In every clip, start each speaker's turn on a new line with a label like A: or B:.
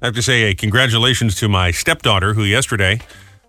A: I have to say a congratulations to my stepdaughter who yesterday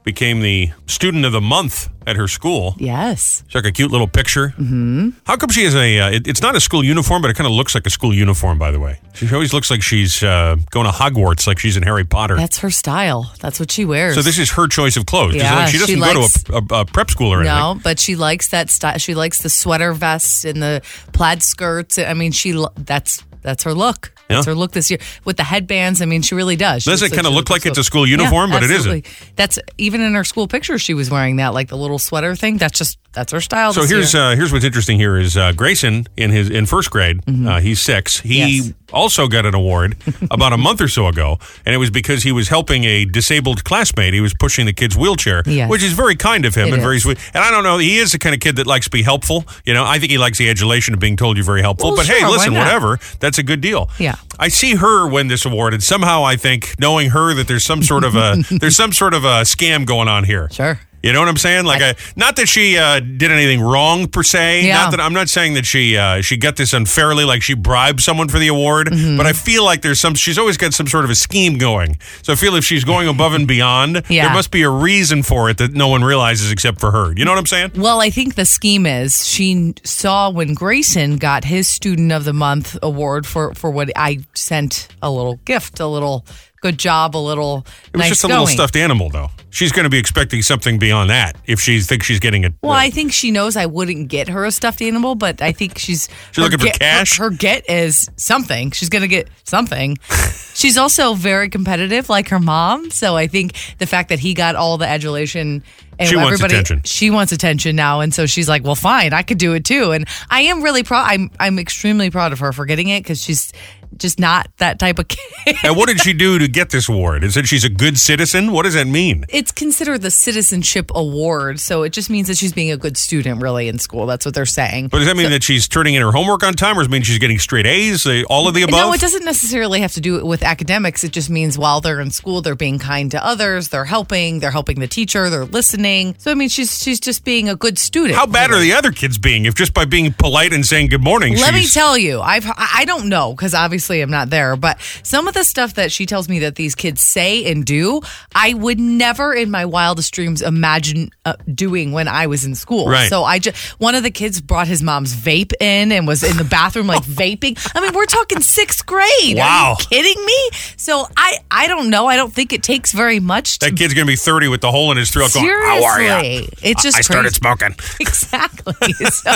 A: became the student of the month at her school.
B: Yes.
A: It's like a cute little picture. Mm-hmm. How come she has a? Uh, it, it's not a school uniform, but it kind of looks like a school uniform. By the way, she always looks like she's uh, going to Hogwarts, like she's in Harry Potter.
B: That's her style. That's what she wears.
A: so this is her choice of clothes. It's not like
B: Yeah,
A: she doesn't
B: she
A: go
B: likes-
A: to a, a, a prep school or anything.
B: no, but she likes that style. She likes the sweater vests and the plaid skirts. I mean, she lo- that's that's her look. That's
A: Yeah.
B: her look this year with the headbands. I mean, she really does. She
A: Does
B: looks
A: it kinda
B: she
A: look like
B: to
A: it's a school uniform?
B: Yeah,
A: But it isn't.
B: absolutely. That's even in her school picture. She was wearing that, like the little sweater thing. That's just that's her style.
A: So
B: this
A: here's
B: year.
A: uh, here's what's interesting. Here is uh, Grayson in his in first grade. Uh, he's six. He
B: Mm-hmm. Yes.
A: also got an award about a month or so ago, and it was because he was helping a disabled classmate. He was pushing the kid's wheelchair,
B: Yes.
A: which is very kind of him
B: It
A: and very
B: is.
A: sweet. And I don't know, he is the kind of kid that likes to be helpful. You know, I think he likes the adulation of being told you're very helpful.
B: Well,
A: but hey,
B: sure, why
A: listen,
B: not?
A: whatever, that's a good deal.
B: Yeah.
A: I see her win this award, and somehow I think, knowing her, that there's some sort of a there's some sort of a scam going on here.
B: Sure.
A: You know what I'm saying? Like, I, not that she uh, did anything wrong per se.
B: Yeah.
A: Not that I'm not saying that she uh, she got this unfairly, like she bribed someone for the award.
B: Mm-hmm.
A: But I feel like there's some. She's always got some sort of a scheme going. So I feel if she's going above and beyond,
B: Yeah.
A: there must be a reason for it that no one realizes except for her. You know what I'm saying?
B: Well, I think the scheme is she n- saw when Grayson got his Student of the Month award for for what I sent a little gift, a little good job, a little
A: It was
B: nice
A: just a
B: going.
A: little stuffed animal, though. She's going to be expecting something beyond that if she thinks she's getting it.
B: Well, I think she knows I wouldn't get her a stuffed animal, but I think she's
A: She's looking for
B: get-
A: cash?
B: Her, her get is something. She's gonna get something. she's also very competitive, like her mom. So I think the fact that he got all the adulation and
A: She wants
B: everybody,
A: attention.
B: she wants attention now, and so she's like, "Well, fine, I could do it too." And I am really proud. I'm I'm extremely proud of her for getting it because she's just not that type of kid.
A: and what did she do to get this award? Is it she's a good citizen? What does that mean?
B: it's considered the citizenship award, so it just means that she's being a good student, really, in school. That's what they're saying.
A: But does that mean that she's turning in her homework on time, or does it mean she's getting straight A's, uh, all of the above?
B: No, it doesn't necessarily have to do with academics. It just means while they're in school, they're being kind to others, they're helping, they're helping the teacher, they're listening. So I mean, she's she's just being a good student.
A: How bad are the other kids being if just by being polite and saying good morning?
B: Let me
A: she's-
B: tell you, I've I I don't know because obviously I'm not there, but some of the stuff that she tells me that these kids say and do, I would never in my wildest dreams imagine uh, doing when I was in school.
A: Right.
B: So I just one of the kids brought his mom's vape in and was in the bathroom like vaping. I mean, we're talking sixth grade.
A: Wow.
B: Are you kidding me? So I I don't know. I don't think it takes very much to
A: that kid's going to be 30 with the hole in his throat going, How are you?
B: Seriously. It's just
A: I started
B: crazy.
A: smoking.
B: exactly. so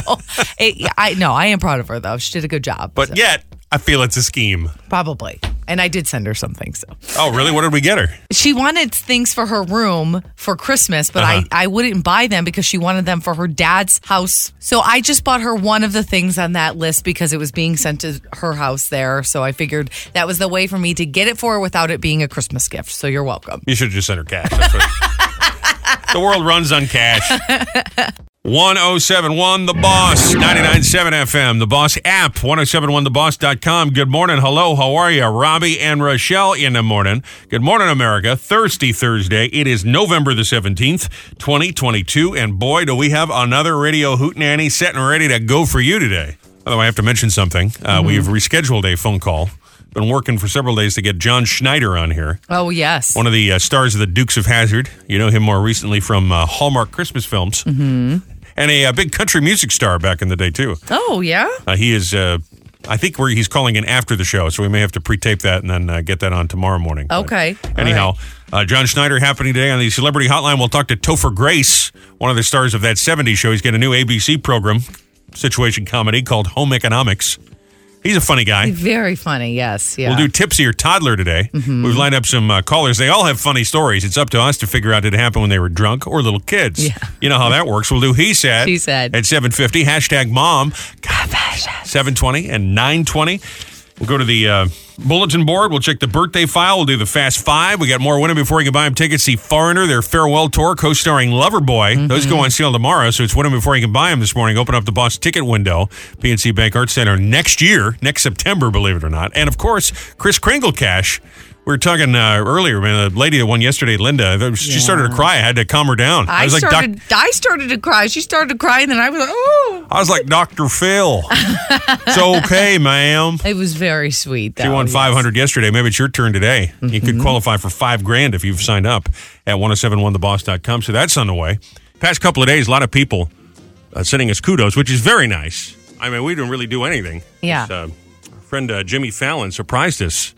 B: it, I no, I am proud of her though. She did a good job.
A: But yet, I feel it's a scheme.
B: Probably. And I did send her something. So
A: Oh, really? What did we get her?
B: she wanted things for her room for Christmas, but
A: Uh-huh.
B: I, I wouldn't buy them because she wanted them for her dad's house. So I just bought her one of the things on that list because it was being sent to her house there. So I figured that was the way for me to get it for her without it being a Christmas gift. So you're welcome.
A: You should have just sent her cash. That's what- the world runs on cash. 1071 The Boss, 997 FM, The Boss app, 1071theboss.com. Good morning. Hello. How are you? Robbie and Rochelle in the morning. Good morning, America. Thirsty Thursday. It is November the 17th, 2022. And boy, do we have another radio hootenanny set and ready to go for you today. By the way, I have to mention something. Uh, We have rescheduled a phone call. Been working for several days to get John Schneider on here
B: Oh, yes.
A: one of the uh, stars of the Dukes of Hazard. You know him more recently from uh, Hallmark Christmas films, mm-hmm. and a, uh big country music star back in the day too.
B: Oh, yeah.
A: Uh, he is, uh, I think, where he's calling in after the show, so we may have to pre-tape that and then uh, get that on tomorrow morning. But
B: Okay.
A: anyhow, uh, John Schneider happening today on the Celebrity Hotline. We'll talk to Topher Grace, one of the stars of that '70s show. He's got a new ABC program, situation comedy called Home Economics. He's a funny guy.
B: Very funny. Yes. Yeah. Mm-hmm.
A: We'll do tipsy or toddler today. We've lined up some uh, callers. They all have funny stories. It's up to us to figure out did it happen when they were drunk or little kids.
B: Yeah.
A: You know how that works. We'll do he said.
B: She said.
A: at seven fifty. Hashtag mom. Seven twenty and nine twenty. We'll go to the uh, bulletin board. We'll check the birthday file. We'll do the Fast Five. We got more winning before you can buy them tickets. See Foreigner, their farewell tour, co-starring Loverboy. Those go on sale tomorrow, so it's winning before you can buy them this morning. Open up the Boss Ticket window, PNC Bank Arts Center next year, next September, believe it or not. And of course, Chris Kringle Cash We were talking uh, earlier, man. The lady, the one yesterday, Linda, th- she
C: Yeah.
A: started to cry. I had to calm her down.
B: I,
A: was like,
B: started. I started to cry. She started to cry, and then I was like, "Oh!"
A: Doc- I was like, Doctor Phil. it's okay, ma'am.
B: It was very sweet. Though.
A: You won
B: yes. Mm-hmm.
A: 500 yesterday. Maybe it's your turn today. You could qualify for five grand if you've signed up at 1071theboss.com. So that's on the way. Past couple of days, a lot of people uh, sending us kudos, which is very nice. I mean, we didn't really do anything.
B: Yeah.
A: Just, uh, our friend uh, Jimmy Fallon surprised us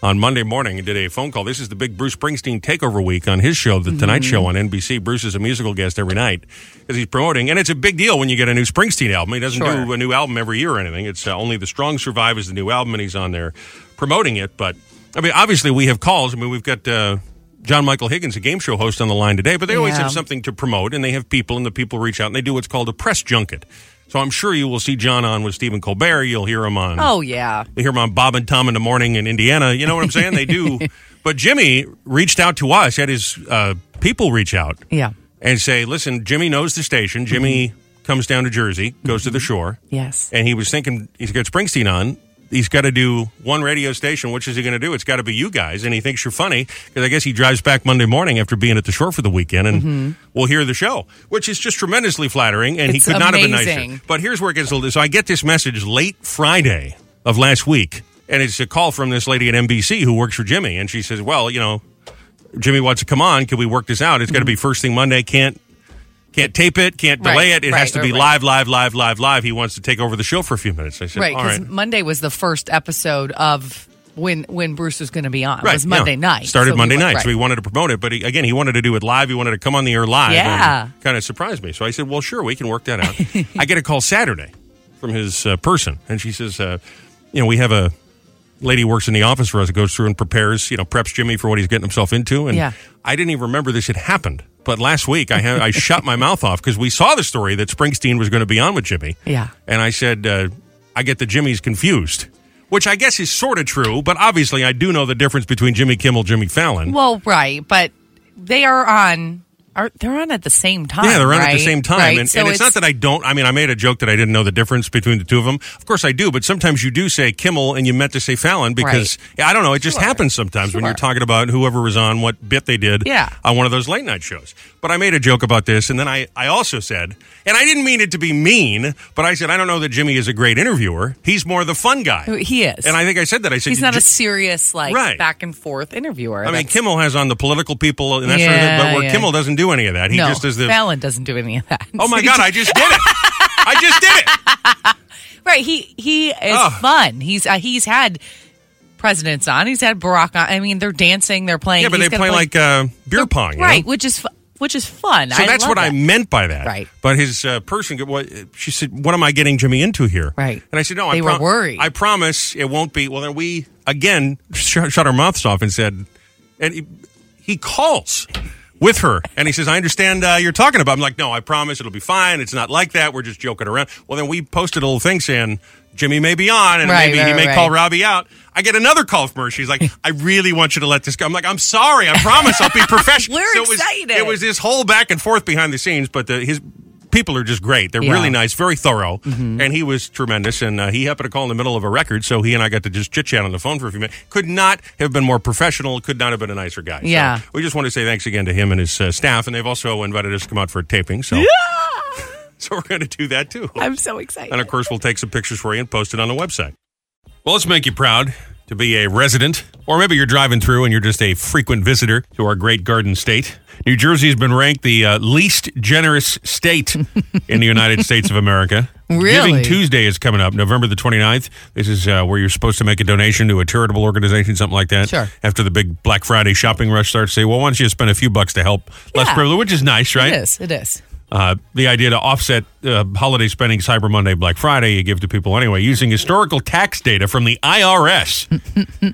A: on Monday morning and did a phone call. This is the big Bruce Springsteen takeover week on his show, The Tonight Show on NBC. Bruce is a musical guest every night because he's promoting, and it's a big deal when you get a new Springsteen album. He doesn't
B: Sure.
A: do a new album every year or anything. It's uh, only The Strong Survive is the new album, and he's on there promoting it. But I mean, obviously, we have calls. I mean, we've got. Uh, John Michael Higgins, a game show host on the line today, but they always
B: Yeah.
A: have something to promote and they have people and the people reach out and they do what's called a press junket. So I'm sure you will see John on with Stephen Colbert. You'll hear him on
B: Oh yeah.
A: they hear them on Bob and Tom in the morning in Indiana. You know what I'm saying? They do. But Jimmy reached out to us, had his uh, people reach out
B: Yeah.
A: and say, listen, Jimmy knows the station. Jimmy comes down to Jersey, goes to the shore.
B: Mm-hmm. Yes.
A: And he was thinking, he's got Springsteen on. He's got to do one radio station. Which is he going to do? It's got to be you guys. And he thinks you're funny because I guess he drives back Monday morning after being at the shore for the weekend and we'll hear the show, which is just tremendously flattering. And
B: Mm-hmm. It's
A: he could not have been nicer.
B: amazing.
A: But here's where it gets a little. So I get this message late Friday of last week, and it's a call from this lady at NBC who works for Jimmy, and she says, "Well, you know, Jimmy wants to come on. Can we work this out? It's got to be first thing Monday. Can't." Can't tape it, can't delay
B: Mm-hmm.
A: it.
B: Right,
A: It has
B: right,
A: to be
B: right,
A: live,
B: right.
A: live, live, live, live. He wants to take over the show for a few minutes. I said,
B: Right.
A: all
B: Because
A: right.
B: Monday was the first episode of when when Bruce was going to be on. it was
A: yeah.
B: Monday night.
A: Started
B: So we
A: Monday
B: went-
A: night.
B: right.
A: So he wanted to promote it, but he, again, he wanted to do it live. He wanted to come on the air live.
B: Yeah.
A: Kind of surprised me. So I said, well, sure, we can work that out. I get a call Saturday from his uh, person, and she says, uh, you know, we have a lady who works in the office for us that goes through and prepares, you know, preps Jimmy for what he's getting himself into. And
B: Yeah.
A: I didn't even remember this had happened. But last week, I, had, I shut my mouth off because we saw the story that Springsteen was going to be on with Jimmy.
B: Yeah.
A: And I said, uh, I get the Jimmy's confused, which I guess is sort of true, but obviously I do know the difference between Jimmy Kimmel, Jimmy Fallon.
B: Well, right, but they are on. Are they're on at the same time?
A: yeah, they're on at
B: right?
A: the same time.
B: Right?
A: And, and it's, not that I don't, I mean, I made a joke that I didn't know the difference between the two of them. Of course I do, but sometimes you do say Kimmel and you meant to say Fallon because, yeah, I don't know, it just happens sometimes when you're
B: Sure.
A: talking about whoever was on, what bit they did
B: Yeah.
A: on one of those late night shows. But I made a joke about this, and then I, I also said, and I didn't mean it to be mean, but I said, I don't know that Jimmy is a great interviewer. He's more the fun guy.
B: he is.
A: And I think I said that. I said
B: he's not
A: J-
B: a serious like
A: Right.
B: back and forth interviewer.
A: I mean,
B: That's-
A: Kimmel has on the political people and that sort of thing, but
B: Yeah,
A: where
B: yeah.
A: Kimmel doesn't do any of that. He
B: no,
A: just does the.
B: Fallon doesn't do any of that.
A: oh my God! I just did it! I just did it!
B: right? He he is
A: Ugh.
B: fun. He's uh, he's had presidents on. He's had Barack on. I mean, they're dancing. They're playing.
A: Yeah, but
B: he's
A: they
B: gonna
A: play like uh, beer pong, you know?
B: right, which is fu- which is fun.
A: So
B: I
A: that's
B: love
A: what I
B: that.
A: meant by that.
B: Right.
A: But his uh, person, go- what she said, what am I getting Jimmy into here?
B: Right.
A: And I said, no, I
B: They were worried.
A: I promise it won't be. Well, then we again sh- shut our mouths off and said, and he, he calls with her and he says, I understand uh, you're talking about. I'm like, no, I promise it'll be fine. It's not like that. We're just joking around. Well, then we posted a little thing saying. Jimmy may be on, and
B: Right,
A: maybe he
B: right,
A: may
B: right.
A: call Robbie out. I get another call from her. She's like, "I really want you to let this go." I'm like, "I'm sorry. I promise. I'll be professional."
B: We're
A: So it was- It
B: excited.
A: was this whole back and forth behind the scenes, but the, his people are just great. They're
B: Yeah. Mm-hmm.
A: really nice, very thorough, and he was tremendous. And uh, he happened to call in the middle of a record, so he and I got to just chit chat on the phone for a few minutes. Could not have been more professional. Could not have been a nicer guy. So
B: Yeah.
A: we just want to say thanks again to him and his uh, staff, and they've also invited us to come out for a taping. So,
B: Ah!
A: so we're going to do that too.
B: I'm so excited.
A: And of course, we'll take some pictures for you and post it on the website. Well, let's make you proud to be a resident, or maybe you're driving through and you're just a frequent visitor to our great garden state. New Jersey has been ranked the uh, least generous state in the United States of America. Giving
B: Really?
A: Tuesday is coming up, November the 29th. This is uh, where you're supposed to make a donation to a charitable organization, something like that.
B: Sure.
A: After the big Black Friday shopping rush starts, say, well, why don't you spend a few bucks to help less
B: Yeah.
A: privileged, which is nice, right?
B: It is. It is.
A: uh, the idea to offset uh, holiday spending, Cyber Monday, Black Friday, you give to people anyway, using historical tax data from the IRS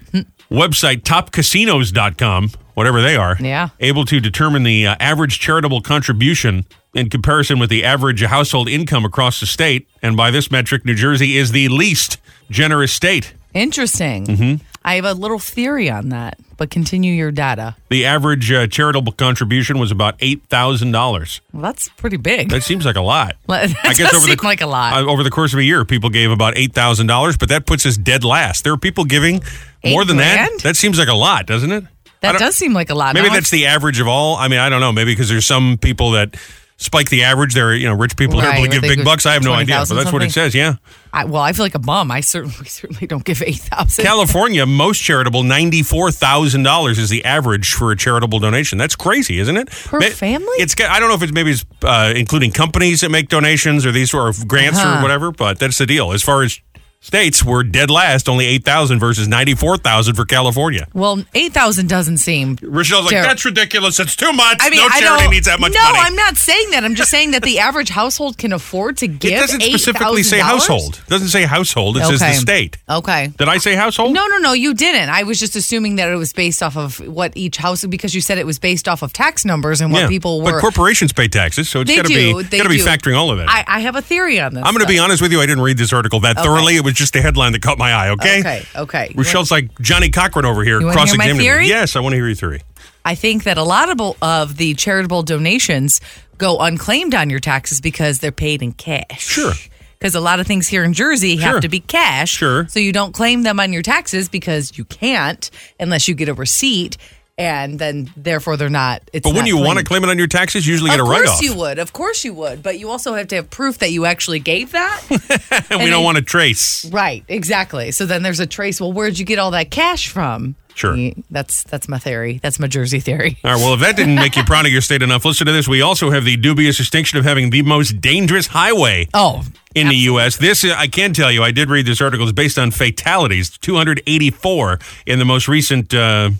A: website, topcasinos.com, whatever they are,
B: Yeah.
A: able to determine the uh, average charitable contribution in comparison with the average household income across the state. And by this metric, New Jersey is the least generous state.
B: Interesting.
A: Mm-hmm.
B: I have a little theory on that, but continue your data.
A: The average uh, charitable contribution was about $8,000.
B: Well, that's pretty big.
A: That seems like a lot.
B: That does seem like a lot.
A: uh, over the course of a year, people gave about eight thousand dollars, but that puts us dead last. There are people giving More
B: Eight
A: than
B: grand?
A: that? That seems like a lot, doesn't it? I
B: That
A: don't-
B: does seem like a lot.
A: Maybe
B: Now I-
A: that's the average of all. I mean, I don't know. Maybe because there's some people that spike the average. They're you know rich people that
B: Right,
A: are able to
B: where
A: give
B: they
A: big
B: give
A: bucks. I have no idea, but
B: 20,000
A: that's what it
B: something.
A: says. Yeah,
B: I, well, I feel like a bum. I certainly certainly don't give eight thousand.
A: California most charitable ninety four thousand dollars is the average for a charitable donation. That's crazy, isn't it?
B: Per family?
A: It's got- I don't know if it's maybe it's, uh, including companies that make donations or these or grants or
B: Uh-huh.
A: whatever, but that's the deal. As far as states, we're dead last, only eight thousand versus ninety four thousand for California.
B: well, eight thousand doesn't seem.
A: Rochelle's like,
B: Ter-
A: that's ridiculous. It's too much.
B: I mean,
A: no
B: I
A: charity
B: don't,
A: needs that much
B: No,
A: money.
B: I'm not saying that. I'm just saying that the average household can afford to give.
A: It doesn't specifically say
B: $8,000?
A: household. It doesn't say household. It says the
B: Okay.
A: state.
B: Okay.
A: Did I say household?
B: No, no, no, you didn't. I was just assuming that it was based off of what each house because you said it was based off of tax numbers and what
A: Yeah.
B: people
A: But
B: were.
A: corporations pay taxes, so it's
B: they
A: got to
B: do.
A: be
B: they
A: got to be
B: do.
A: factoring all of it.
B: I, I have a theory on this.
A: I'm going to be honest with you. I didn't read this article that thoroughly. It was just a headline that caught my eye. Okay.
B: Okay, okay. You
A: Rochelle's like Johnny Cochran over here
B: wanna hear
A: cross
B: my
A: examining.
B: theory?
A: Yes, I want to hear your theory.
B: I think that a lot of, of the charitable donations go unclaimed on your taxes because they're paid in cash.
A: Sure.
B: Because a lot of things here in Jersey
A: Sure.
B: have to be cash.
A: Sure.
B: So you don't claim them on your taxes because you can't unless you get a receipt, and then therefore they're not. It's
A: But wouldn't you
B: not
A: want to
B: claimed.
A: claim it on your taxes? You Usually get a
B: of
A: write
B: course
A: off.
B: you would. Of course you would. But you also have to have proof that you actually gave that.
A: And we
B: and
A: don't
B: I-
A: want to trace.
B: right. Exactly. So then there's a trace. Well, where'd you get all that cash from?
A: Sure.
B: Y- That's that's my theory. That's my Jersey theory.
A: All right. Well, if that didn't make you proud of your state enough, listen to this. We also have the dubious distinction of having the most dangerous highway.
B: Oh,
A: in the U.S. This, I can tell you, I did read this article. It's based on fatalities, 284 in the most recent. Uh,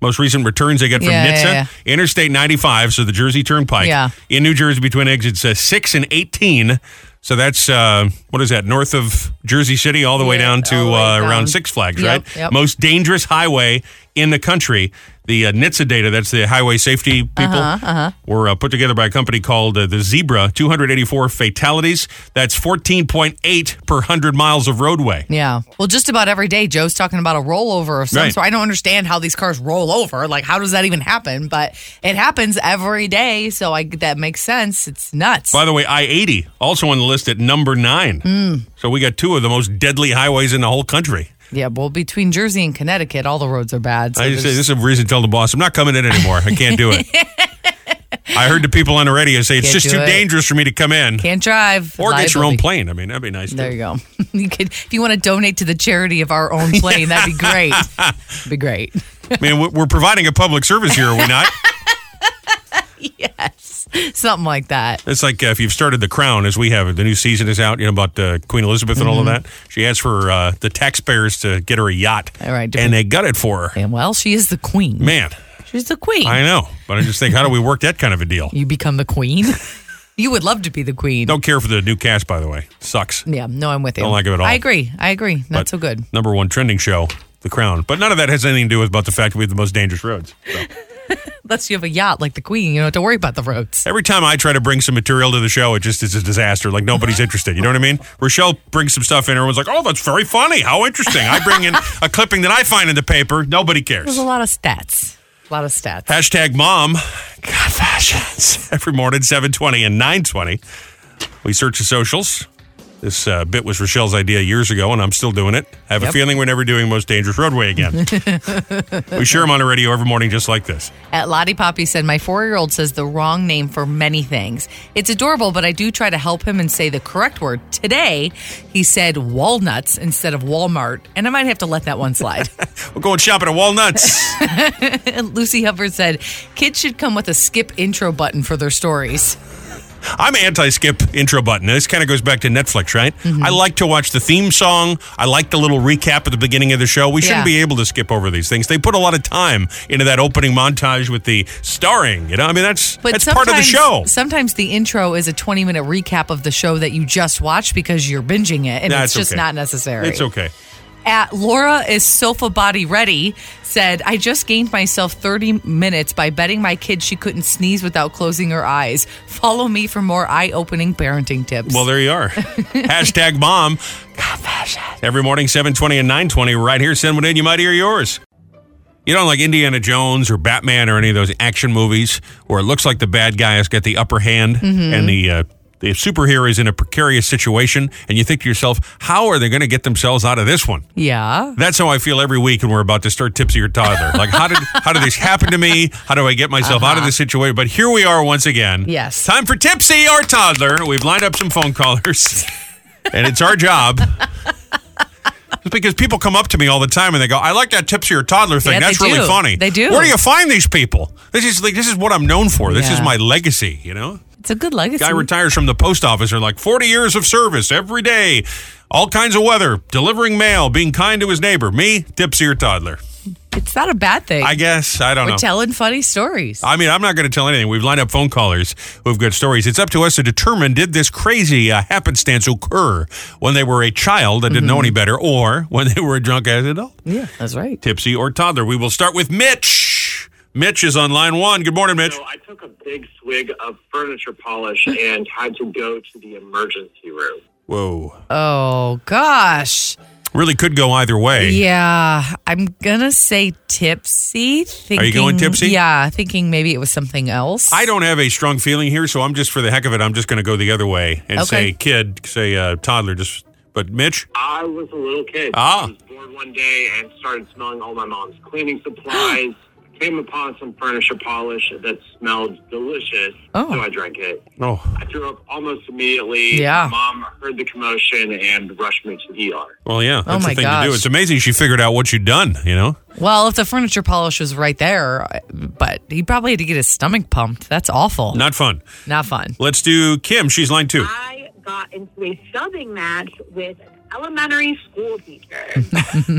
A: most recent returns they get from
B: Yeah, yeah,
A: NHTSA,
B: yeah.
A: Interstate 95, so the Jersey Turnpike
B: Yeah.
A: in New Jersey between exits uh, 6 and 18. So that's, uh, what is that, north of Jersey City all the way
B: Yeah,
A: down to
B: all the way
A: uh,
B: down.
A: around Six Flags,
B: Yep,
A: right?
B: yep.
A: Most dangerous highway in the country. The uh, NHTSA data, that's the highway
B: Uh-huh,
A: safety people, were uh, put together by a company called uh, the Zebra. 284 fatalities. That's 14.8 per 100 miles of roadway.
B: Yeah. Well, just about every day, Joe's talking about a rollover of some
A: Right.
B: So I don't understand how these cars roll over. Like, how does that even happen? But it happens every day. So I that makes sense. It's nuts.
A: By the way, I 80 also on the list at number nine.
B: Hmm.
A: So we got two of the most deadly highways in the whole country.
B: yeah. Well, between Jersey and Connecticut, all the roads are bad. So
A: I just say
B: there's-
A: this is a reason to tell the boss I'm not coming in anymore. I can't do it. I heard the people on the radio say it's
B: Can't
A: just
B: do
A: too
B: it.
A: dangerous for me to come in.
B: can't drive.
A: or get your own
B: Liability.
A: plane. I mean, that'd be nice. too.
B: There you go. you could, if you want to donate to the charity of our own plane, that'd be great. be great.
A: I mean, we- we're providing a public service here, are we not?
B: Something like that.
A: It's like uh, if you've started The Crown, as we have, the new season is out, you know, about uh, Queen Elizabeth and all of
B: Mm-hmm.
A: that. She asked for uh, the taxpayers to get her a yacht.
B: All right,
A: And they got it for her.
B: And well, she is the queen.
A: Man,
B: She's the queen.
A: I know. But I just think, how do we work that kind of a deal?
B: you become the queen. you would love to be the queen.
A: Don't care for the new cast, by the way. Sucks.
B: Yeah, no, I'm with you.
A: Don't like it at all.
B: I agree. I agree. Not
A: But
B: so good.
A: Number one trending show, The Crown. But none of that has anything to do with about the fact that we have the most dangerous roads. So.
B: Unless you have a yacht like the Queen, you don't have to worry about the roads.
A: Every time I try to bring some material to the show, it just is a disaster. Like nobody's interested. You know what I mean? Rochelle brings some stuff in. Everyone's like, "Oh, that's very funny. How interesting." I bring in a clipping that I find in the paper. Nobody cares.
B: There's a lot of stats. A lot of stats.
A: Hashtag mom. God fashions every morning, seven twenty and nine twenty. We search the socials. This uh, bit was Rochelle's idea years ago, and I'm still doing it. I have a
B: Yep.
A: feeling we're never doing most dangerous roadway again. we share them on the radio every morning, just like this.
B: At Lottie Poppy said, My four year old says the wrong name for many things. It's adorable, but I do try to help him and say the correct word. Today, he said walnuts instead of Walmart, and I might have to let that one slide.
A: We're going shopping at Walnuts.
B: and Lucy Hubbard said, Kids should come with a skip intro button for their stories.
A: I'm anti-skip intro button. This kind of goes back to Netflix, right?
B: Mm-hmm.
A: I like to watch the theme song. I like the little recap at the beginning of the show. We shouldn't
B: Yeah.
A: be able to skip over these things. They put a lot of time into that opening montage with the starring. You know, I mean that's that's part of the show.
B: sometimes- Sometimes the intro is a 20 minute recap of the show that you just watched because you're binging it, and
A: That's
B: it's just
A: okay.
B: not necessary.
A: It's okay.
B: At Laura is sofa body ready said, I just gained myself 30 minutes by betting my kid she couldn't sneeze without closing her eyes. Follow me for more eye opening parenting tips.
A: Well, there you are. Hashtag mom. God, fashion. Every morning, 720 and 920, right here. Send one in. You might hear yours. You don't like Indiana Jones or Batman or any of those action movies where it looks like the bad guy has got the upper hand and the uh, The superhero is in a precarious situation, and you think to yourself, how are they going to get themselves out of this one?
B: Yeah.
A: That's how I feel every week when we're about to start tipsy or toddler. Like, how did how did this happen to me? How do I get myself out of this situation? But here we are once again.
B: Uh-huh. Yes.
A: Time for tipsy or toddler. We've lined up some phone callers, and it's our job. It's because people come up to me all the time and they go, "I like that tipsy or toddler thing.
B: Yeah,
A: That's
B: they
A: really
B: do.
A: funny.
B: They do.
A: Where do you find these people? This is like this is what I'm known for. This is
B: Yeah.
A: my legacy. You know."
B: It's a good legacy.
A: Guy retires from the post office or like 40 years of service every day, all kinds of weather, delivering mail, being kind to his neighbor. Me, tipsy or toddler.
B: it's not a bad thing.
A: I guess. I don't
B: We're
A: know.
B: telling funny stories.
A: I mean, I'm not going to tell anything. We've lined up phone callers who've got stories. It's up to us to determine did this crazy uh, happenstance occur when they were a child that didn't know any better or when they were a drunk ass adult?
B: yeah, that's right.
A: Tipsy or toddler. We will start with Mitch. Mitch is on line one. Good morning, Mitch.
C: So I took a big swig of furniture polish and had to go to the emergency room.
A: Whoa.
B: Oh gosh.
A: Really could go either way.
B: Yeah, I'm gonna say tipsy. Thinking,
A: you going tipsy?
B: Yeah, thinking maybe it was something else.
A: I don't have a strong feeling here, so I'm just for the heck of it, I'm just going to go the other way and say
B: Okay.
A: kid, say uh, toddler. Just but Mitch,
C: I was a little kid.
A: Ah.
C: I was bored one day and started smelling all my mom's cleaning supplies. Came upon some furniture polish that smelled delicious,
B: Oh.
C: so I drank it.
A: oh,
C: I threw up almost immediately.
B: Yeah.
C: My Mom heard the commotion and rushed me to the ER.
A: well, yeah, that's
B: Oh my
A: the thing to do.
B: gosh.
A: It's amazing she figured out what you'd done. You know,
B: Well, if the furniture polish was right there, I- but he probably had to get his stomach pumped. That's awful.
A: not fun.
B: Not fun.
A: Let's do Kim. She's line two.
D: I got into a shoving match with an elementary school teacher.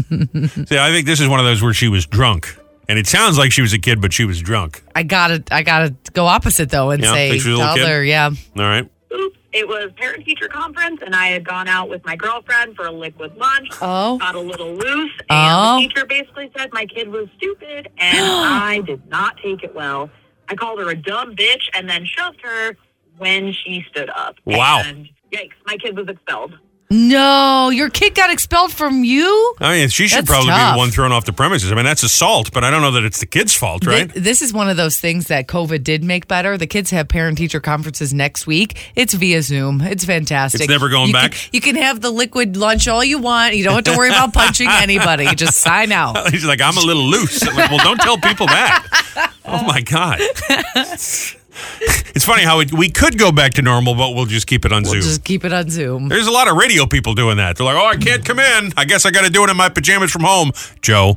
A: See, I think this is one of those where she was drunk, and it sounds like she was a kid, but she was drunk.
B: I gotta, I gotta go opposite though and
A: Yeah,
B: say
A: think she was a little kid?
B: toddler. Yeah.
A: All right.
D: Oops, it was parent teacher conference, and I had gone out with my girlfriend for a liquid lunch.
B: Oh.
D: Got a little loose, and
B: Oh.
D: the teacher basically said my kid was stupid, and I did not take it well. I called her a dumb bitch and then shoved her when she stood up.
A: Wow.
D: And yikes, my kid was expelled.
B: No, your kid got expelled from you.
A: I mean, she should
B: That's
A: probably be
B: tough.
A: the one thrown off the premises. I mean, that's assault, but I don't know that it's the kid's fault,
B: Thi-
A: right?
B: this is one of those things that COVID did make better. The kids have parent teacher conferences next week. It's via Zoom. It's fantastic.
A: It's never going
B: You
A: back?
B: Can, you can have the liquid lunch all you want. You don't have to worry about punching anybody. Just sign out.
A: He's like, I'm a little loose. I'm like, well, don't tell people that. Oh my god. It's funny how it, we could go back to normal, but we'll just keep it on Zoom.
B: Just keep it on Zoom.
A: There's a lot of radio people doing that. They're like, "Oh, I can't come in. I guess I got to do it in my pajamas from home." Joe.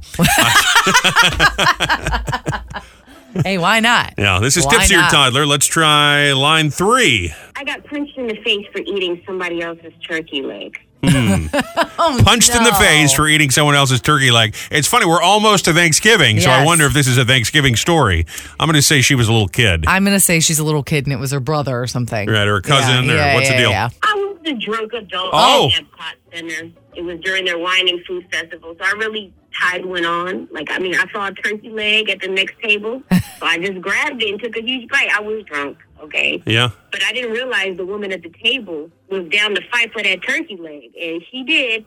B: Hey, why not?
A: Yeah, this is
B: Why
A: tipsy or
B: not?
A: toddler. Let's try line three.
E: I got punched in the face for eating somebody else's turkey leg.
B: Oh,
A: Punched in the face for eating someone else's turkey leg. It's funny. We're almost to Thanksgiving, so I
B: Yes.
A: wonder if this is a Thanksgiving story. I'm going to say she was a little kid,
B: I'm gonna say she's a little kid and it was her brother or something.
A: right, or a cousin,
B: Yeah,
A: or
B: yeah,
A: what's the
B: yeah,
A: deal?
B: yeah.
E: I was the drunk adult
A: Oh.
E: at Epcot Center. It was during their wine and food festival, so I really tied one on. Like, I mean, I saw a turkey leg at the next table, so I just grabbed it and took a huge bite. I was drunk, okay?
A: Yeah.
E: But I didn't realize the woman at the table was down to fight for that turkey leg, and she did.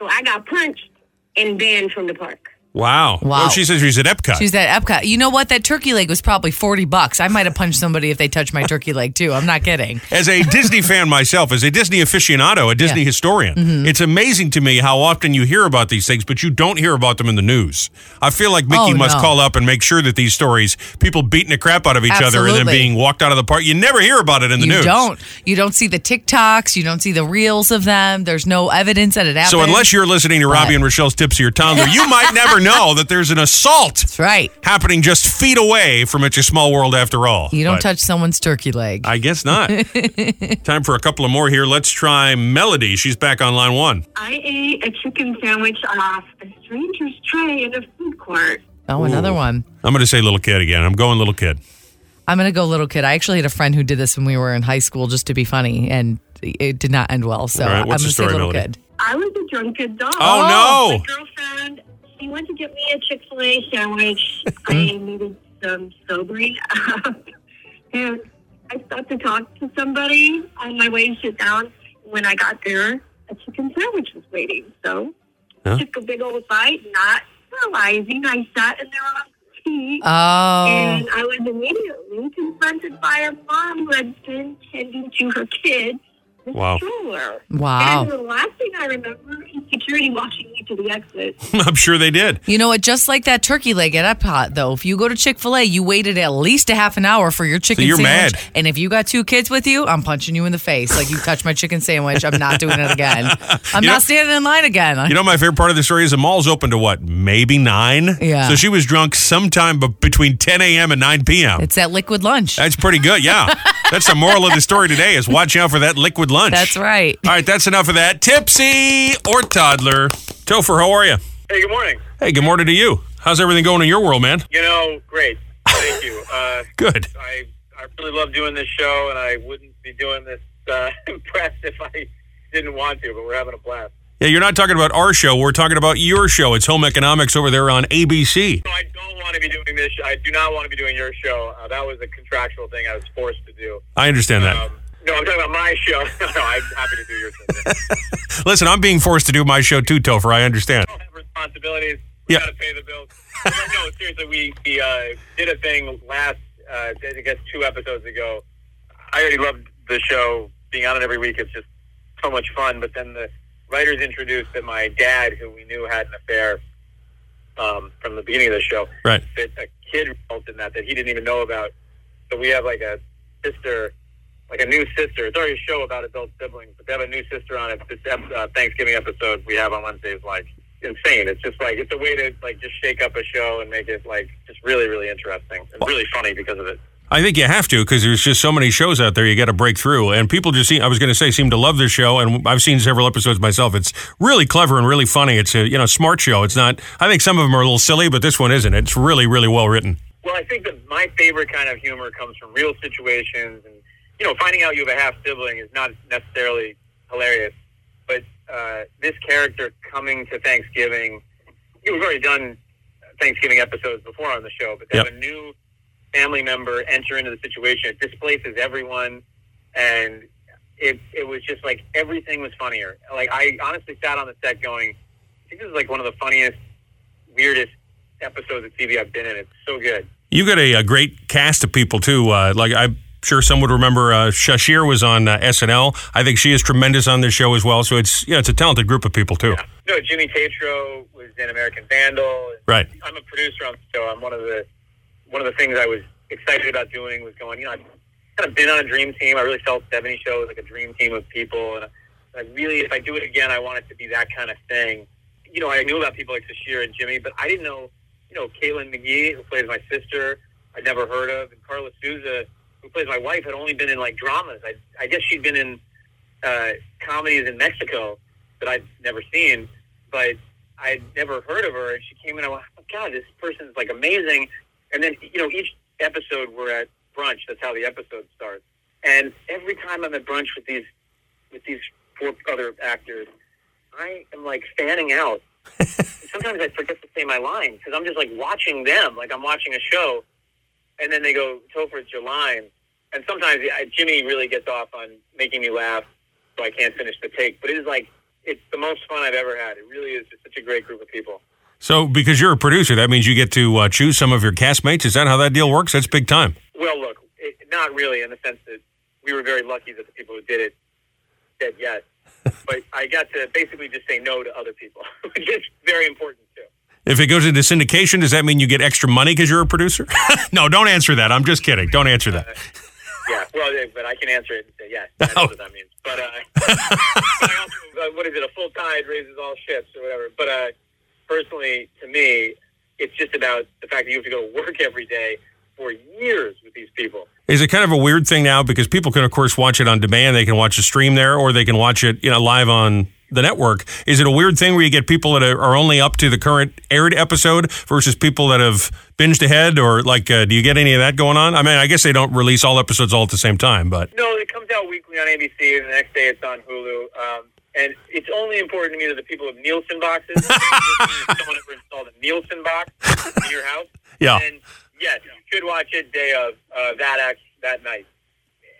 E: So I got punched and banned from the park.
A: Wow.
B: Wow.
A: Oh, she says she's at Epcot.
B: She's at Epcot. You know what? That turkey leg was probably 40 bucks. I might have punched somebody if they touched my turkey leg too. I'm not kidding.
A: as a Disney fan myself, as a Disney aficionado, a Disney
B: Yeah. Mm-hmm.
A: historian, it's amazing to me how often you hear about these things, but you don't hear about them in the news. I feel like Mickey
B: Oh,
A: must
B: no.
A: call up and make sure that these stories, people beating the crap out of each other and then
B: Absolutely.
A: being walked out of the park, you never hear about it in the
B: you
A: news.
B: don't. You don't see the TikToks. You don't see the reels of them. There's no evidence that it happened.
A: So unless you're listening to Robbie
B: But-
A: and Rochelle's Tipsy or Toddler, you might never know that there's an assault
B: that's right,
A: happening just feet away from It's a Small World after all.
B: you don't
A: But-
B: touch someone's turkey leg.
A: I guess not. Time for a couple of more here. Let's try Melody. She's back on line one.
D: I ate a chicken sandwich off a stranger's tray in a food court.
B: oh, another one.
A: I'm going to say little kid again. I'm going little kid.
B: I'm gonna go little kid. I actually had a friend who did this when we were in high school, just to be funny, and it did not end well. So
A: All right,
B: I'm
A: what's
B: gonna
A: the
B: say
A: story,
B: little
A: Melody?
B: kid.
D: I was a drunken dog.
A: Oh,
D: My girlfriend, she went to get me a Chick fil A sandwich. I needed some sobering up. And I stopped to talk to somebody on my way to sit down. When I got there, a chicken sandwich was waiting. So
A: Huh?
D: I took a big old bite, not realizing I sat in the wrong seat.
B: Oh,
D: And I was immediately being confronted by a mom who had been tending to her kid. with a
A: Wow.
D: stroller.
B: Wow.
D: And the last thing I remember is security watching me to the exit.
A: I'm sure they did.
B: You know what? Just like that turkey leg at Up Hot, though, if you go to Chick fil A, you waited at least a half an hour for your chicken
A: you're
B: sandwich.
A: mad.
B: And if you got two kids with you, I'm punching you in the face. Like, you touched my chicken sandwich. I'm not doing it again. I'm
A: You
B: not
A: know-
B: standing in line again.
A: You know, my favorite part of the story is the mall's open to what, maybe nine?
B: Yeah.
A: So she was drunk sometime be- between 10 a.m. and 9 p.m.
B: it's that liquid lunch.
A: That's pretty good. Yeah. that's the moral of the story today is watch out for that liquid lunch.
B: That's right.
A: All right, that's enough of that. Tipsy or toddler. Topher, how are you?
F: Hey, good morning.
A: Hey, good morning to you. How's everything going in your world, man?
F: You know, great. Thank you. Uh,
A: Good.
F: I I really love doing this show, and I wouldn't be doing this uh, press if I didn't want to. But we're having a blast.
A: Yeah, you're not talking about our show. We're talking about your show. It's Home Economics over there on ABC.
F: No, I don't want to be doing this. I do not want to be doing your show. Uh, that was a contractual thing I was forced to do.
A: I understand that.
F: Um, no, I'm talking about my show. no, I'm happy to do your show.
A: Listen, I'm being forced to do my show too, Topher. I understand.
F: all have responsibilities. We
A: Yeah.
F: got to pay the bills. But no, seriously, we, we uh, did a thing last, uh, I guess, two episodes ago. I already loved the show. Being on it every week, it's just so much fun. But then the writers introduced that my dad, who we knew had an affair um, from the beginning of the show,
A: Right.
F: that a kid resulted in that that he didn't even know about. So we have like a sister, like a new sister. It's already a show about adult siblings, but they have a new sister on it. This ep- uh, Thanksgiving episode we have on Wednesday is like insane. It's just like it's a way to like just shake up a show and make it like just really really interesting and really funny because of it.
A: I think you have to because there's just so many shows out there you got to break through. And people just seem, I was going to say, seem to love this show. And I've seen several episodes myself. It's really clever and really funny. It's a, you know, smart show. It's not, I think some of them are a little silly, but this one isn't. It's really, really well written.
F: Well, I think that my favorite kind of humor comes from real situations, and you know, finding out you have a half sibling is not necessarily hilarious, but uh, this character coming to Thanksgiving, you know, we've already done Thanksgiving episodes before on the show, but to have
A: Yep.
F: a new family member enter into the situation, it displaces everyone, and it it was just like everything was funnier. Like I honestly sat on the set going, I think this is like one of the funniest, weirdest episodes of TV I've been in. It's so good.
A: You got a, a great cast of people too. Uh, like I'm sure some would remember uh, Shashir was on uh, SNL. I think she is tremendous on this show as well. So it's yeah, it's a talented group of people too.
F: No, Jimmy Tatro was in American Vandal.
A: Right.
F: I'm a producer on the show. I'm one of the one of the things I was excited about doing was going. You know, I've kind of been on a dream team. I really felt Seventy Show was like a dream team of people, and I really, if I do it again, I want it to be that kind of thing. You know, I knew about people like Sashir and Jimmy, but I didn't know. You know, Caitlin McGee, who plays my sister, I'd never heard of, and Carla Souza, who plays my wife, had only been in like dramas. I, I guess she'd been in uh, comedies in Mexico that I'd never seen, but I'd never heard of her. And she came in, I went, oh, God, this person's like amazing. And then, you know, each episode we're at brunch. That's how the episode starts. And every time I'm at brunch with these with these four other actors, I am like fanning out. Sometimes I forget to say my line because I'm just like watching them, like I'm watching a show, and then they go, "Topher, it's your line." And sometimes I, Jimmy really gets off on making me laugh, so I can't finish the take. But it is like it's the most fun I've ever had. It really is just such a great group of people.
A: So because you're a producer, that means you get to uh, choose some of your castmates. Is that how that deal works? That's big time.
F: Well, look, it, not really in the sense that we were very lucky that the people who did it said yes. but I got to basically just say no to other people, which is very important too.
A: If it goes into syndication, does that mean you get extra money because you're a producer? no, don't answer that. I'm just kidding. Don't answer that.
F: Yeah, well, yeah, but I can answer it and say yes. I know what that means. But, uh, but I also, uh, what is it? A full tide raises all ships or whatever. But uh, personally, to me, it's just about the fact that you have to go to work every day for years with these people.
A: Is it kind of a weird thing now because people can, of course, watch it on demand. They can watch a stream there, or they can watch it, you know, live on the network. Is it a weird thing where you get people that are are only up to the current aired episode versus people that have binged ahead, or like, uh, do you get any of that going on? I mean, I guess they don't release all episodes all at the same time, but
F: No, it comes out weekly on ABC, and the next day it's on Hulu. Um, and it's only important to me to the people of Nielsen boxes. If someone ever installed a Nielsen box in your house.
A: Yeah.
F: And yes, you should watch it day of uh, that act that night.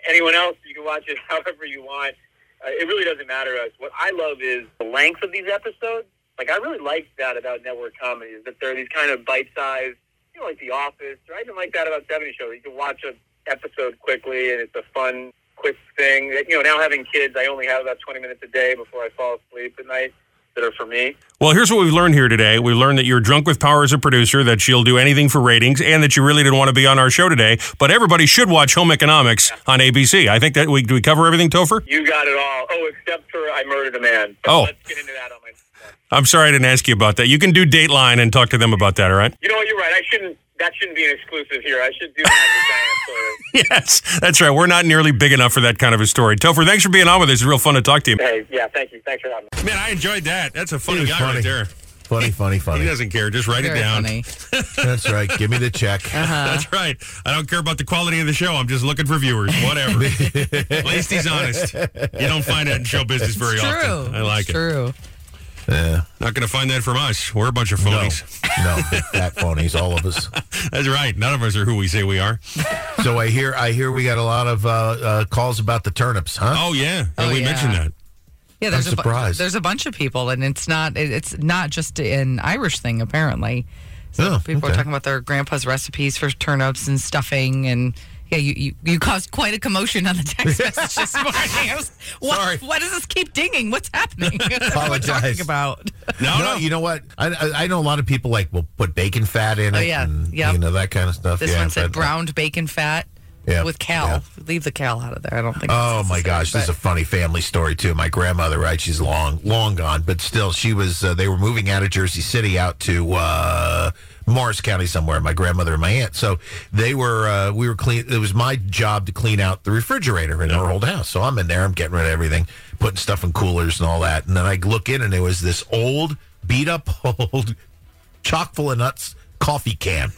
F: Anyone else, you can watch it however you want. Uh, it really doesn't matter to us. What I love is the length of these episodes. Like I really like that about network comedy is that they're these kind of bite-sized, you know, like The Office, or I didn't like that about 70 Show. You can watch a episode quickly, and it's a fun, quick thing. You know, now having kids, I only have about 20 minutes a day before I fall asleep at night that are for me.
A: Well, here's what we've learned here today. We learned that you're drunk with power as a producer, that she'll do anything for ratings, and that you really didn't want to be on our show today. But everybody should watch Home Economics on ABC. I think that we do we cover everything, Topher?
F: You got it all. Oh, except for I murdered a man. But
A: Oh.
F: Let's get into that on my.
A: I'm sorry I didn't ask you about that. You can do Dateline and talk to them about that, all right?
F: You know what? You're right. I shouldn't. That shouldn't be an exclusive here. I should do that with Diane Sawyer.
A: Yes, that's right. We're not nearly big enough for that kind of a story. Topher, thanks for being on with us. It's real fun to talk to you.
F: Hey, yeah. Thank you. Thanks for having me.
A: Man, I enjoyed that. That's a funny
G: was
A: guy
G: funny.
A: right there.
G: Funny, funny,
A: He
G: funny.
A: doesn't care. Just write it
B: Very
A: down.
B: funny.
G: That's right. Give me the check.
B: Uh-huh.
A: That's right. I don't care about the quality of the show. I'm just looking for viewers. Whatever. At least he's honest. You don't find that in show business very
B: True.
A: often. I like
B: It's
A: it.
B: True.
G: Yeah.
A: Not going to find that from us. We're a bunch of
G: No. No.
A: phonies.
G: Fat phonies, all of us.
A: That's right. None of us are who we say we are.
G: So I hear, I hear we got a lot of uh, uh, calls about the turnips, huh?
A: Oh yeah,
B: Oh,
A: we
B: yeah.
A: mentioned that.
B: Yeah, there's a bu-
G: surprised.
B: there's a bunch of people, and it's not it- it's not just an Irish thing apparently. So
G: Oh,
B: people are
G: okay.
B: talking about their grandpa's recipes for turnips and stuffing, and yeah, you you, you caused quite a commotion on the text message this morning. I was, what,
G: Sorry.
B: Why does this keep dinging? What's happening? Oh, What are we
G: Apologize.
B: talking about? Oh,
A: No,
G: no,
A: no.
G: you know what? I, I, I know a lot of people like will put bacon fat in it.
B: Oh, yeah.
G: and,
B: Yep.
G: You know that kind of stuff.
B: This
G: yeah,
B: one said
G: but- uh,
B: browned bacon fat
G: Yeah,
B: with cal. Leave the cal out of there. I don't think.
G: Oh
B: it's
G: my
B: necessary,
G: gosh, this is
B: but-
G: a funny family story too. My grandmother, right? She's long, long gone, but still, she was. Uh, they were moving out of Jersey City out to uh, Morris County somewhere. My grandmother and my aunt. So they were. Uh, we were clean. It was my job to clean out the refrigerator in her old house. So I'm in there. I'm getting rid of everything, putting stuff in coolers and all that. And then I look in, and there was this old, beat up, old, chock full of nuts coffee can.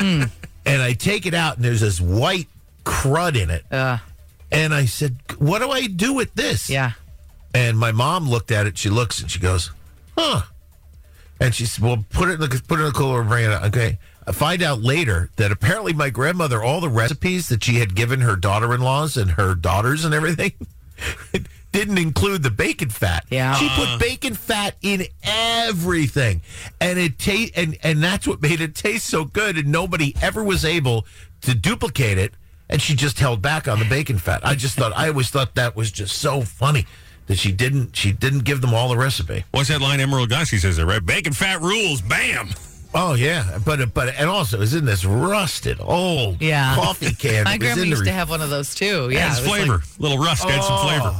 G: and I take it out, and there's this white crud in it. And I said, What do I do with this?
B: uh, yeah.
G: And my mom looked at it. She looks and she goes, Huh. And she said, Well, put it in the, put it in the cooler and bring it out. Okay. I find out later that apparently my grandmother, all the recipes that she had given her daughter in laws and her daughters and everything, didn't include the bacon fat.
B: Yeah.
G: She put bacon fat in everything. And it ta- and and that's what made it taste so good and nobody ever was able to duplicate it and she just held back on the bacon fat. I just thought I always thought that was just so funny that she didn't she didn't give them all the recipe.
A: What's that line? Emerald Gossi says it right. Bacon fat rules. Bam.
G: Oh yeah, but but and also is in this rusted old
B: Yeah.
G: coffee can.
B: My
G: that was
B: grandma
G: in the
B: used to
G: re-
B: have one of those too. Yeah,
A: Adds
B: it was like- Oh.
A: flavor. little rust. Adds some flavor.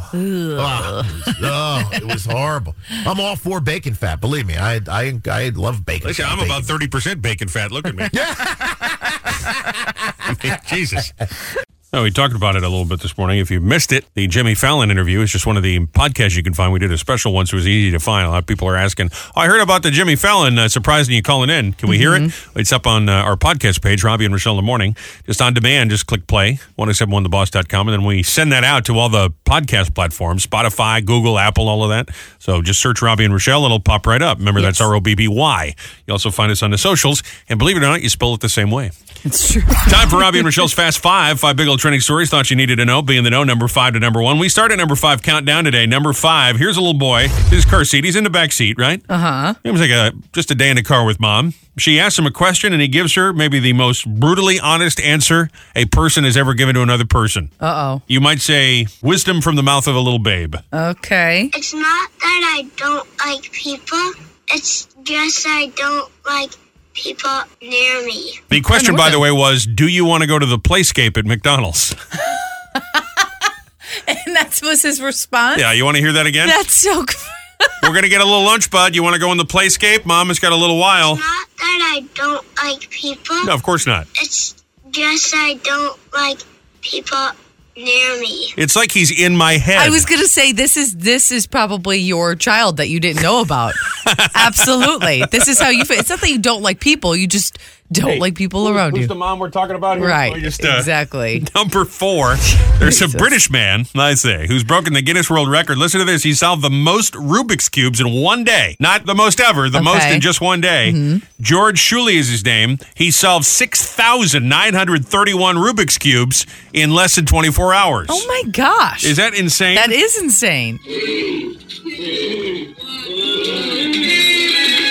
G: Ah, it was- oh, it was horrible. I'm all for bacon fat. Believe me, I I I love bacon.
A: Listen,
G: fat,
A: I'm
G: bacon
A: about thirty percent bacon fat. Look at me. I mean, Jesus. No, Oh, we talked about it a little bit this morning. If you missed it, the Jimmy Fallon interview is just one of the podcasts you can find. We did a special one, so it was easy to find. A lot of people are asking, oh, I heard about the Jimmy Fallon. Uh, surprising you calling in. Can we hear it? It's up on uh, our podcast page, Robbie and Rochelle in the Morning. Just on demand, just click play, 1071theboss.com. And then we send that out to all the podcast platforms Spotify, Google, Apple, all of that. So just search Robbie and Rochelle. It'll pop right up. Remember, that's R O B B Y. You also find us on the socials. And believe it or not, you spell it the same way.
B: It's true.
A: Time for Robbie and Michelle's Fast Five. Five big old trending stories. Thought you needed to know. Be in the know. Number five to number one. We start at number five countdown today. Number five. Here's a little boy. His car seat. He's in the back seat, right? Uh huh. It was like a just a day in the car with mom. She asks him a question, and he gives her maybe the most brutally honest answer a person has ever given to another person.
B: Uh
A: You might say wisdom from the mouth of a little babe.
B: oh. Okay.
H: It's not that I don't like people. It's just I don't like people near me.
A: The question, by the
B: wisdom?
A: way, was, "Do you want to go to the playscape at McDonald's?"
B: And that was his response.
A: yeah, you want to hear that again?
B: That's so. good.
A: We're gonna get a little lunch, bud. You want to go in the playscape? Mom has got a little while.
H: Not that I don't like people.
A: No, of course not.
H: It's just I don't like people near me.
A: It's like he's in my head.
B: I was gonna say this is this is probably your child that you didn't know about. Absolutely, this is how you feel. It's not that you don't like people; you just don't like people around you.
A: mom we're talking about
B: Right?
A: just, uh,
B: exactly.
A: Number four, there's a
B: Jesus.
A: British man, I say, who's broken the Guinness World Record. Listen to this. He solved the most Rubik's Cubes in one day. Not the most ever, the most
B: Okay. Mm-hmm.
A: in just one day. George Shuley is his name. He solved 6,931 Rubik's Cubes in less than 24 hours.
B: Oh my gosh,
A: is that insane?
B: that is insane.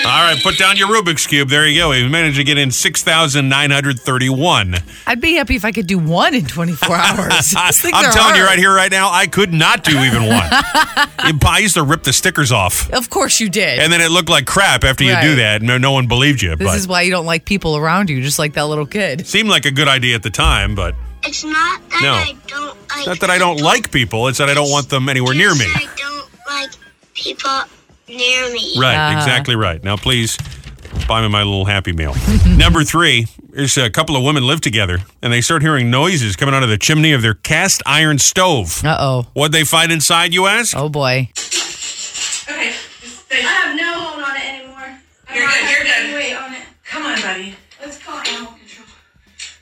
A: All All right, put down your Rubik's Cube. There you go. We managed to get in 6,931.
B: I'd be happy if I could do one in 24 hours. These things
A: I'm
B: are
A: telling you
B: hard.
A: right here, right now, I could not do even one. I used to rip the stickers off,
B: Of course you did.
A: and then it looked like crap after you do
B: Right.
A: that. No, no one believed you,
B: this
A: but
B: is why you don't like people around you, just like that little kid.
A: seemed like a good idea at the time. But
H: It's not that
A: No.
H: I don't like.
A: not that I don't
H: people.
A: like people; it's that I don't want them anywhere near
H: Just
A: me.
H: I don't like people near me.
A: Right,
B: Ah.
A: exactly right. Now, please buy me my little Happy Meal. Number three is a couple of women live together, and they start hearing noises coming out of the chimney of their cast iron stove.
B: Uh oh.
A: What'd they find inside, you ask?
B: Oh boy.
I: Okay.
J: I have no hold on it anymore. I
I: You're
J: don't
I: good, you're
J: have
I: good.
J: any Weight on it.
I: Come on, buddy.
J: Let's call animal control. Oh,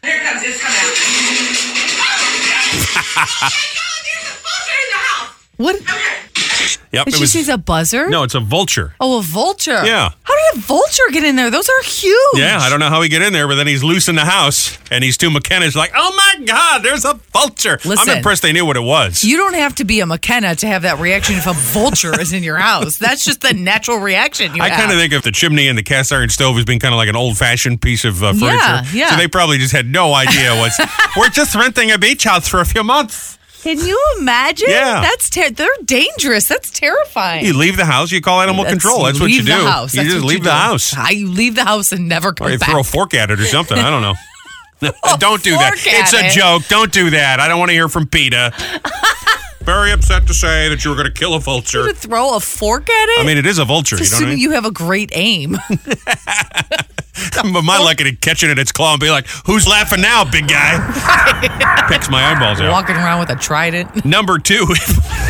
I: Here it comes. It's coming out.
B: What?
A: Yep,
B: Did she say a buzzer?
A: No, it's a vulture.
B: Oh, a vulture.
A: Yeah.
B: How did a vulture get in there? Those are huge.
A: Yeah, I don't know how he get in there, but then he's loose in the house, and he's too McKenna's like, oh my God, there's a vulture. I'm
B: Listen.
A: impressed they knew what it was.
B: You don't have to be a McKenna to have that reaction if a vulture is in your house. That's just the natural reaction you
A: I kind of
B: have.
A: think of the chimney and the cast iron stove as being kind of like an old fashioned piece of uh, furniture.
B: Yeah, yeah.
A: So they probably just had no idea what's. We're just renting a beach house for a few months.
B: Can you imagine?
A: Yeah.
B: That's ter- they're dangerous. That's terrifying.
A: You leave the house, you call animal
B: Let's
A: control. That's what
B: leave
A: you do.
B: The house.
A: You
B: That's
A: just
B: what
A: leave the
B: do.
A: house.
B: I you leave the house and never come
A: Or you
B: back.
A: throw a fork at it or something. I don't know. don't do that.
B: fork at
A: It's a
B: it.
A: joke. Don't do that. I don't want to hear from PETA. Very upset to say that you were going to kill a
B: You
A: vulture.
B: would throw a fork at it.
A: I mean, it is a vulture. You
B: Just
A: know what I
B: assuming
A: mean?
B: you have a great aim.
A: But my luck at catching it in its claw and be like, who's laughing now, big guy? Picks my eyeballs out.
B: Walking around with a trident.
A: Number two,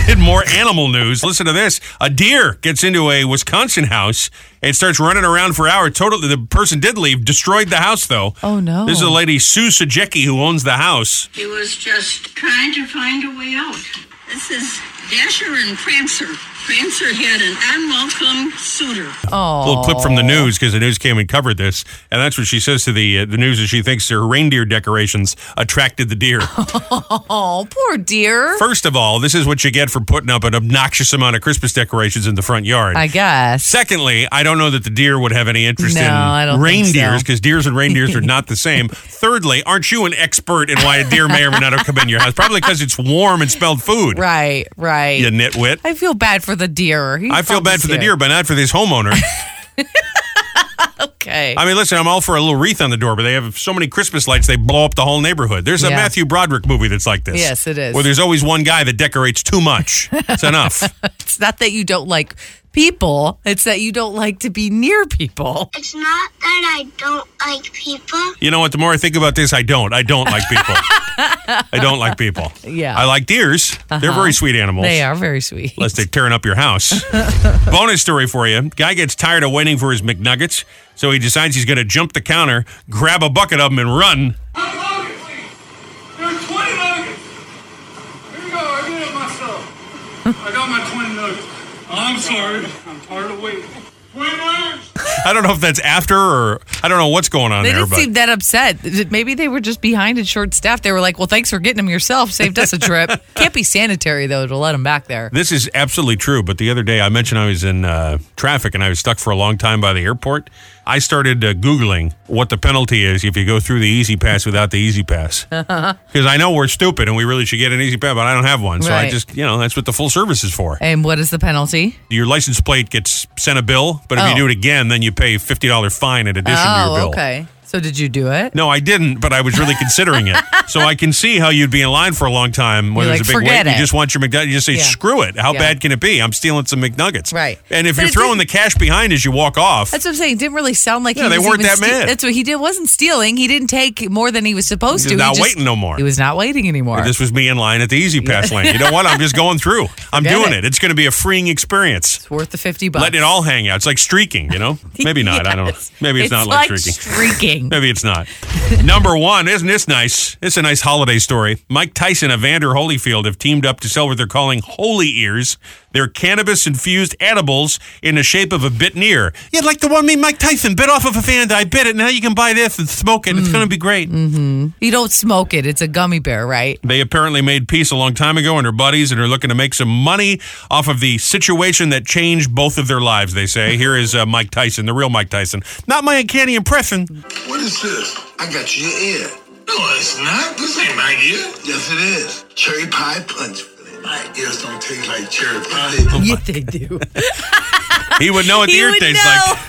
A: in more animal news, listen to this. A deer gets into a Wisconsin house and starts running around for hours. Totally, the person did leave, destroyed the house, though.
B: Oh, no.
A: This is a lady, Sue Sajecki, who owns the house.
J: He was just trying to find a way out. This is Dasher and Prancer. Prancer had an unwelcome suitor.
A: A little clip from the news because the news came and covered this. And that's what she says to the, uh, the news that she thinks her reindeer decorations attracted the deer.
B: Oh, poor dear.
A: First of all, this is what you get for putting up an obnoxious amount of Christmas decorations in the front yard.
B: I guess.
A: Secondly, I don't know that the deer would have any interest
B: No, I
A: in
B: don't think
A: reindeers
B: so.
A: because deers and reindeers are not the same. Thirdly, aren't you an expert in why a deer may or may not have come in your house? Probably because it's warm and spelled food.
B: Right, right.
A: You nitwit.
B: I feel bad for the deer. He
A: I feel
B: probably
A: bad for the
B: scared.
A: deer, but not for this homeowner.
B: Okay.
A: I mean, listen, I'm all for a little wreath on the door, but they have so many Christmas lights they blow up the whole neighborhood. There's a
B: Yeah.
A: Matthew Broderick movie that's like this.
B: Yes, it is.
A: Where there's always one guy that decorates too much. It's enough.
B: it's not that you don't like people, it's that you don't like to be near people.
H: It's not that I don't like people.
A: You know what? The more I think about this, I don't. I don't like people. I don't like people.
B: Yeah. Uh-huh.
A: I like deers. They're very sweet animals.
B: They are very sweet.
A: Unless they're tearing up your house. Bonus story for you. Guy gets tired of waiting for his McNuggets, so he decides he's going to jump the counter, grab a bucket of them, and run.
I: There's 20 nuggets. Here we go. I did it myself. I got my 20 nuggets. Oh, I'm sorry. I'm tired of waiting. 20 nuggets.
A: I don't know if that's after or I don't know what's going on
B: They
A: there,
B: didn't
A: but
B: seem that upset. Maybe they were just behind and short staffed. They were like, well, thanks for getting them yourself. Saved us a trip. Can't be sanitary, though, to let them back there.
A: this is absolutely true. But the other day, I mentioned I was in uh, traffic and I was stuck for a long time by the airport. I started uh, Googling what the penalty is if you go through the Easy Pass without the Easy Pass. Because I know we're stupid and we really should get an Easy Pass, but I don't have one. So I
B: Right.
A: just, you know, that's what the full service is for.
B: And what is the penalty?
A: your license plate gets sent a bill, but if you
B: Oh.
A: do it again, then you pay fifty dollar fine in addition to your
B: Oh,
A: bill.
B: okay. So did you do it?
A: No, I didn't, but I was really considering it. So I can see how you'd be in line for a long time when
B: You're
A: there's a
B: like,
A: big wait.
B: "Forget
A: You
B: it."
A: just want your McNugget. You just say,
B: Yeah.
A: "Screw it! How
B: Yeah.
A: bad can it be? I'm stealing some McNuggets."
B: Right.
A: And if
B: But
A: you're
B: it
A: throwing the
B: didn't-
A: cash behind as you walk off,
B: That's what I'm saying. It didn't really sound like
A: Yeah,
B: he
A: they
B: was
A: weren't
B: even
A: that mad.
B: That's what he did. Wasn't stealing. He didn't take more than he was supposed
A: He's
B: to.
A: not
B: he
A: waiting no more.
B: He was not waiting anymore.
A: this was me in line at the Easy Pass lane. You know what? I'm just going through. I'm
B: Forget
A: doing it.
B: it.
A: It's going to be a freeing experience.
B: it's worth the fifty bucks.
A: Letting it all hang out. It's like streaking. You know? Maybe not. I don't. know.
B: Yes.
A: Maybe it's, not like, streaking.
B: kidding.
A: Maybe it's not. Number one, isn't this nice? It's a nice holiday story. Mike Tyson and Vander Holyfield have teamed up to sell what they're calling holy ears. They're cannabis infused edibles in the shape of a bitten ear. Yeah, like the one me Mike Tyson bit off of a fan that I bit it. Now you can buy this and smoke it. It's
B: Mm.
A: going to be great.
B: You don't smoke it. It's a gummy bear, right?
A: They apparently made peace a long time ago and are buddies and are looking to make some money off of the situation that changed both of their lives, they say. Here is uh, Mike Tyson, the real Mike Tyson. Not my uncanny impression.
K: What is this? I got you your ear. No, it's not. This ain't my ear. Yes, it is. Cherry pie punch. My ears don't taste like cherry pie.
B: Yeah, they do.
A: He would know what the
B: He
A: ear
B: would
A: tastes
B: know.
A: like.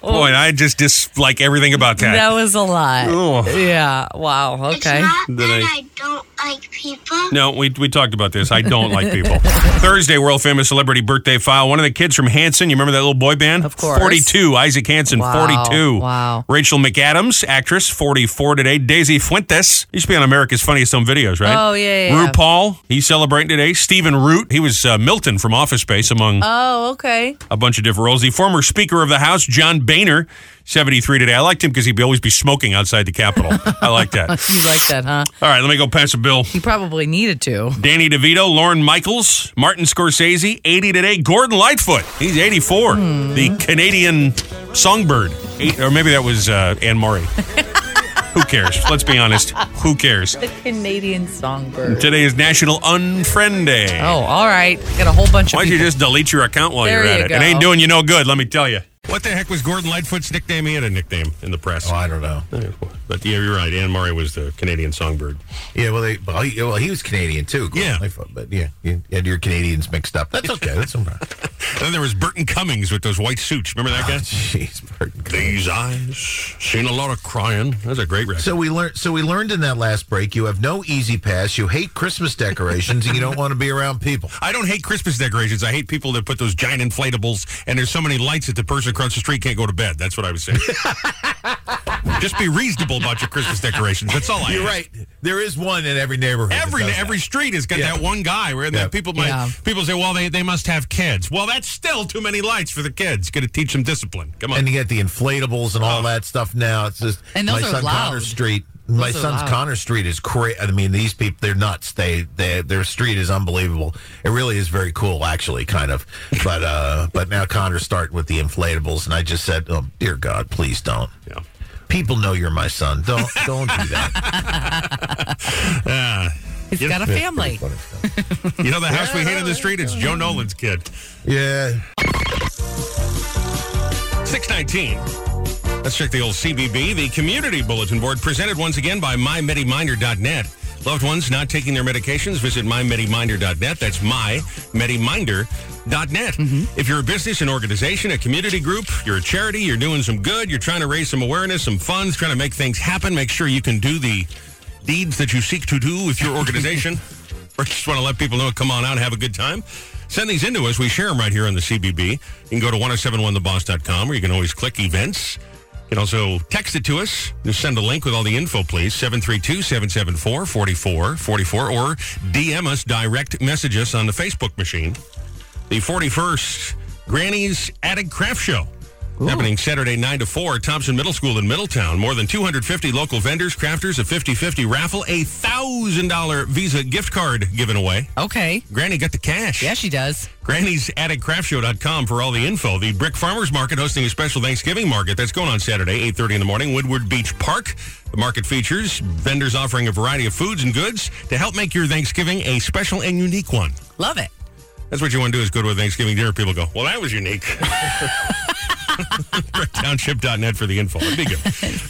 A: Boy, I just dislike everything about that.
B: That was a lot.
A: Oh.
B: Yeah. Wow. Okay.
H: It's not
A: Then
H: that
A: I-
H: I don't like people.
A: No, we, we talked about this. I don't like people. Thursday, world famous celebrity birthday file. One of the kids from Hanson, you remember that little boy band?
B: Of course.
A: 42, Isaac Hanson,
B: Wow,
A: 42.
B: wow.
A: Rachel McAdams, actress, 44 today. Daisy Fuentes, used to be on America's Funniest Home Videos, right?
B: Oh, yeah, yeah, yeah.
A: RuPaul, he's celebrating today. Stephen Root, he was uh, Milton from Office Space, among
B: Oh, okay.
A: a bunch of different roles. The former Speaker of the House, John Boehner, 73 today. I liked him because he'd be- always be smoking outside the Capitol. I like that.
B: You like that, huh?
A: All right, let me go pass a bill.
B: You probably needed to.
A: Danny DeVito, Lauren Michaels, Martin Scorsese, 80 today. Gordon Lightfoot, he's 84.
B: Hmm.
A: The Canadian songbird. Eight, or maybe that was uh, Anne Murray. Who cares? Let's be honest. Who cares?
B: The Canadian songbird.
A: Today is National Unfriend Day.
B: Oh, all right. Got a whole bunch of
A: Why don't you
B: people.
A: just delete your account while
B: There
A: you're at
B: you
A: it?
B: go.
A: It ain't doing you no good, let me tell you. What the heck was Gordon Lightfoot's nickname? He had a nickname in the press.
G: Oh, I don't know.
A: But yeah, you're right. Anne Murray was the Canadian songbird.
G: Yeah, well, they, well, he, well, he was Canadian too. Gordon
A: Yeah.
G: Lightfoot, but yeah, you had your Canadians mixed up. That's okay. That's all right.
A: Then there was Burton Cummings with those white suits. Remember that
G: Oh,
A: guy?
G: Jeez, Burton.
A: These eyes seen a lot of crying. That's a great record.
G: So we learned. So we learned in that last break. You have no easy pass. You hate Christmas decorations, and you don't want to be around people.
A: I don't hate Christmas decorations. I hate people that put those giant inflatables and there's so many lights that the person across the street can't go to bed. That's what I was saying. Just be reasonable about your Christmas decorations. That's all I.
G: You're
A: ask.
G: right. There is one in every neighborhood. that
A: Every
G: does that.
A: every street has got
G: Yeah.
A: that one guy where that
G: Yeah.
A: people might
B: Yeah.
A: people say, well, they, they must have kids. Well, that's still too many lights for the kids. Got to teach them discipline. Come on.
G: and you get the inflatables and all that stuff now. It's just
B: And those
G: my
B: are
G: son
B: loud.
G: Connor Street. my
B: Those are
G: son's
B: loud.
G: Connor Street is crazy. I mean, these people, they're nuts. They, they, their street is unbelievable. It really is very cool, actually, kind of. But, uh, but now Connor's starting with the inflatables, and I just said, oh, dear God, please don't.
A: Yeah.
G: People know you're my son. Don't, don't do that.
B: He's got a family.
A: you know the house we hate in the street? It's Joe Nolan's kid.
G: yeah.
A: 619. Let's check the old CBB, the community bulletin board, presented once again by MyMediMinder.net. Loved ones not taking their medications, visit MyMediMinder.net. That's MyMediMinder.net. If you're a business, an organization, a community group, you're a charity, you're doing some good, you're trying to raise some awareness, some funds, trying to make things happen, make sure you can do the deeds that you seek to do with your organization, or just want to let people know, come on out and have a good time, send these into us. We share them right here on the CBB. You can go to 1071theboss.com or you can always click events. You can also text it to us. Just send a link with all the info, please. 732-774-4444 or DM us, direct message us on the Facebook machine. The 41st Granny's Attic Craft Show. Happening Saturday 9 to 4 at Thompson Middle School in Middletown. More than 250 local vendors, crafters, a 50 50 raffle, a $1,000 Visa gift card given away.
B: Okay.
A: Granny got the cash.
B: Yeah, she does.
A: Granny's at craftshow.com for all the info. The Brick Farmers Market hosting a special Thanksgiving market that's going on Saturday, 8.30 in the morning, Woodward Beach Park. The market features vendors offering a variety of foods and goods to help make your Thanksgiving a special and unique one.
B: Love it.
A: That's what you want to do is go to a Thanksgiving dinner. People go, well, that was unique. Township.net for the info. It'd be good.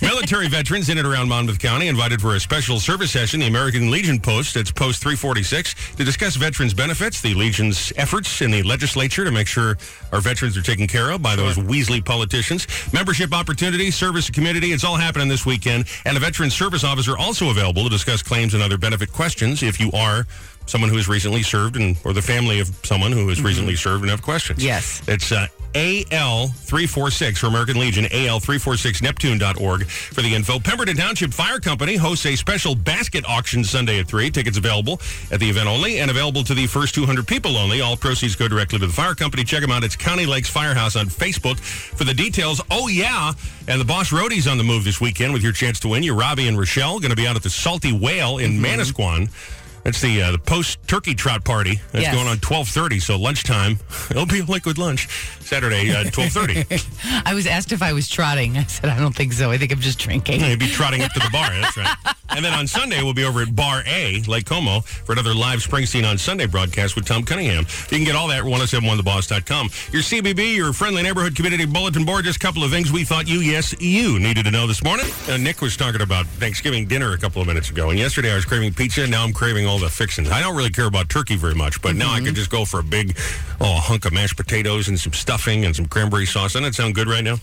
A: Military veterans in and around Monmouth County invited for a special service session, the American Legion Post. It's Post 346 to discuss veterans' benefits, the Legion's efforts in the legislature to make sure our veterans are taken care of by those Weasley politicians. Membership opportunities, service to community. It's all happening this weekend. And a veteran service officer also available to discuss claims and other benefit questions if you are someone who has recently served and or the family of someone who has recently served and have questions.
B: Yes.
A: It's uh, AL346 for American Legion, AL346Neptune.org for the info. Pemberton Township Fire Company hosts a special basket auction Sunday at 3. Tickets available at the event only and available to the first 200 people only. All proceeds go directly to the fire company. Check them out. It's County Lakes Firehouse on Facebook for the details. Oh, yeah. And the Boss Roadies on the move this weekend with your chance to win. You're Robbie and Rochelle going to be out at the Salty Whale in Manasquan. That's the uh, the post turkey trot party that's
B: Yes.
A: going on twelve thirty. So lunchtime, it'll be a liquid lunch Saturday uh, twelve thirty.
B: I was asked if I was trotting. I said, I don't think so. I think I'm just drinking.
A: You'll be trotting up to the bar. That's right. And then on Sunday, we'll be over at Bar A, Lake Como, for another live Springsteen on Sunday broadcast with Tom Cunningham. You can get all that at 1071theboss.com. Your CBB, your friendly neighborhood community bulletin board, just a couple of things we thought you, yes, you needed to know this morning. Uh, Nick was talking about Thanksgiving dinner a couple of minutes ago. And yesterday I was craving pizza. Now I'm craving all the fixings. I don't really care about turkey very much, but now I could just go for a big oh, hunk of mashed potatoes and some stuffing and some cranberry sauce. Doesn't that sound good right now?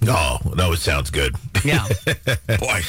G: No, no, it Oh, sounds good.
B: Yeah.
A: Boy.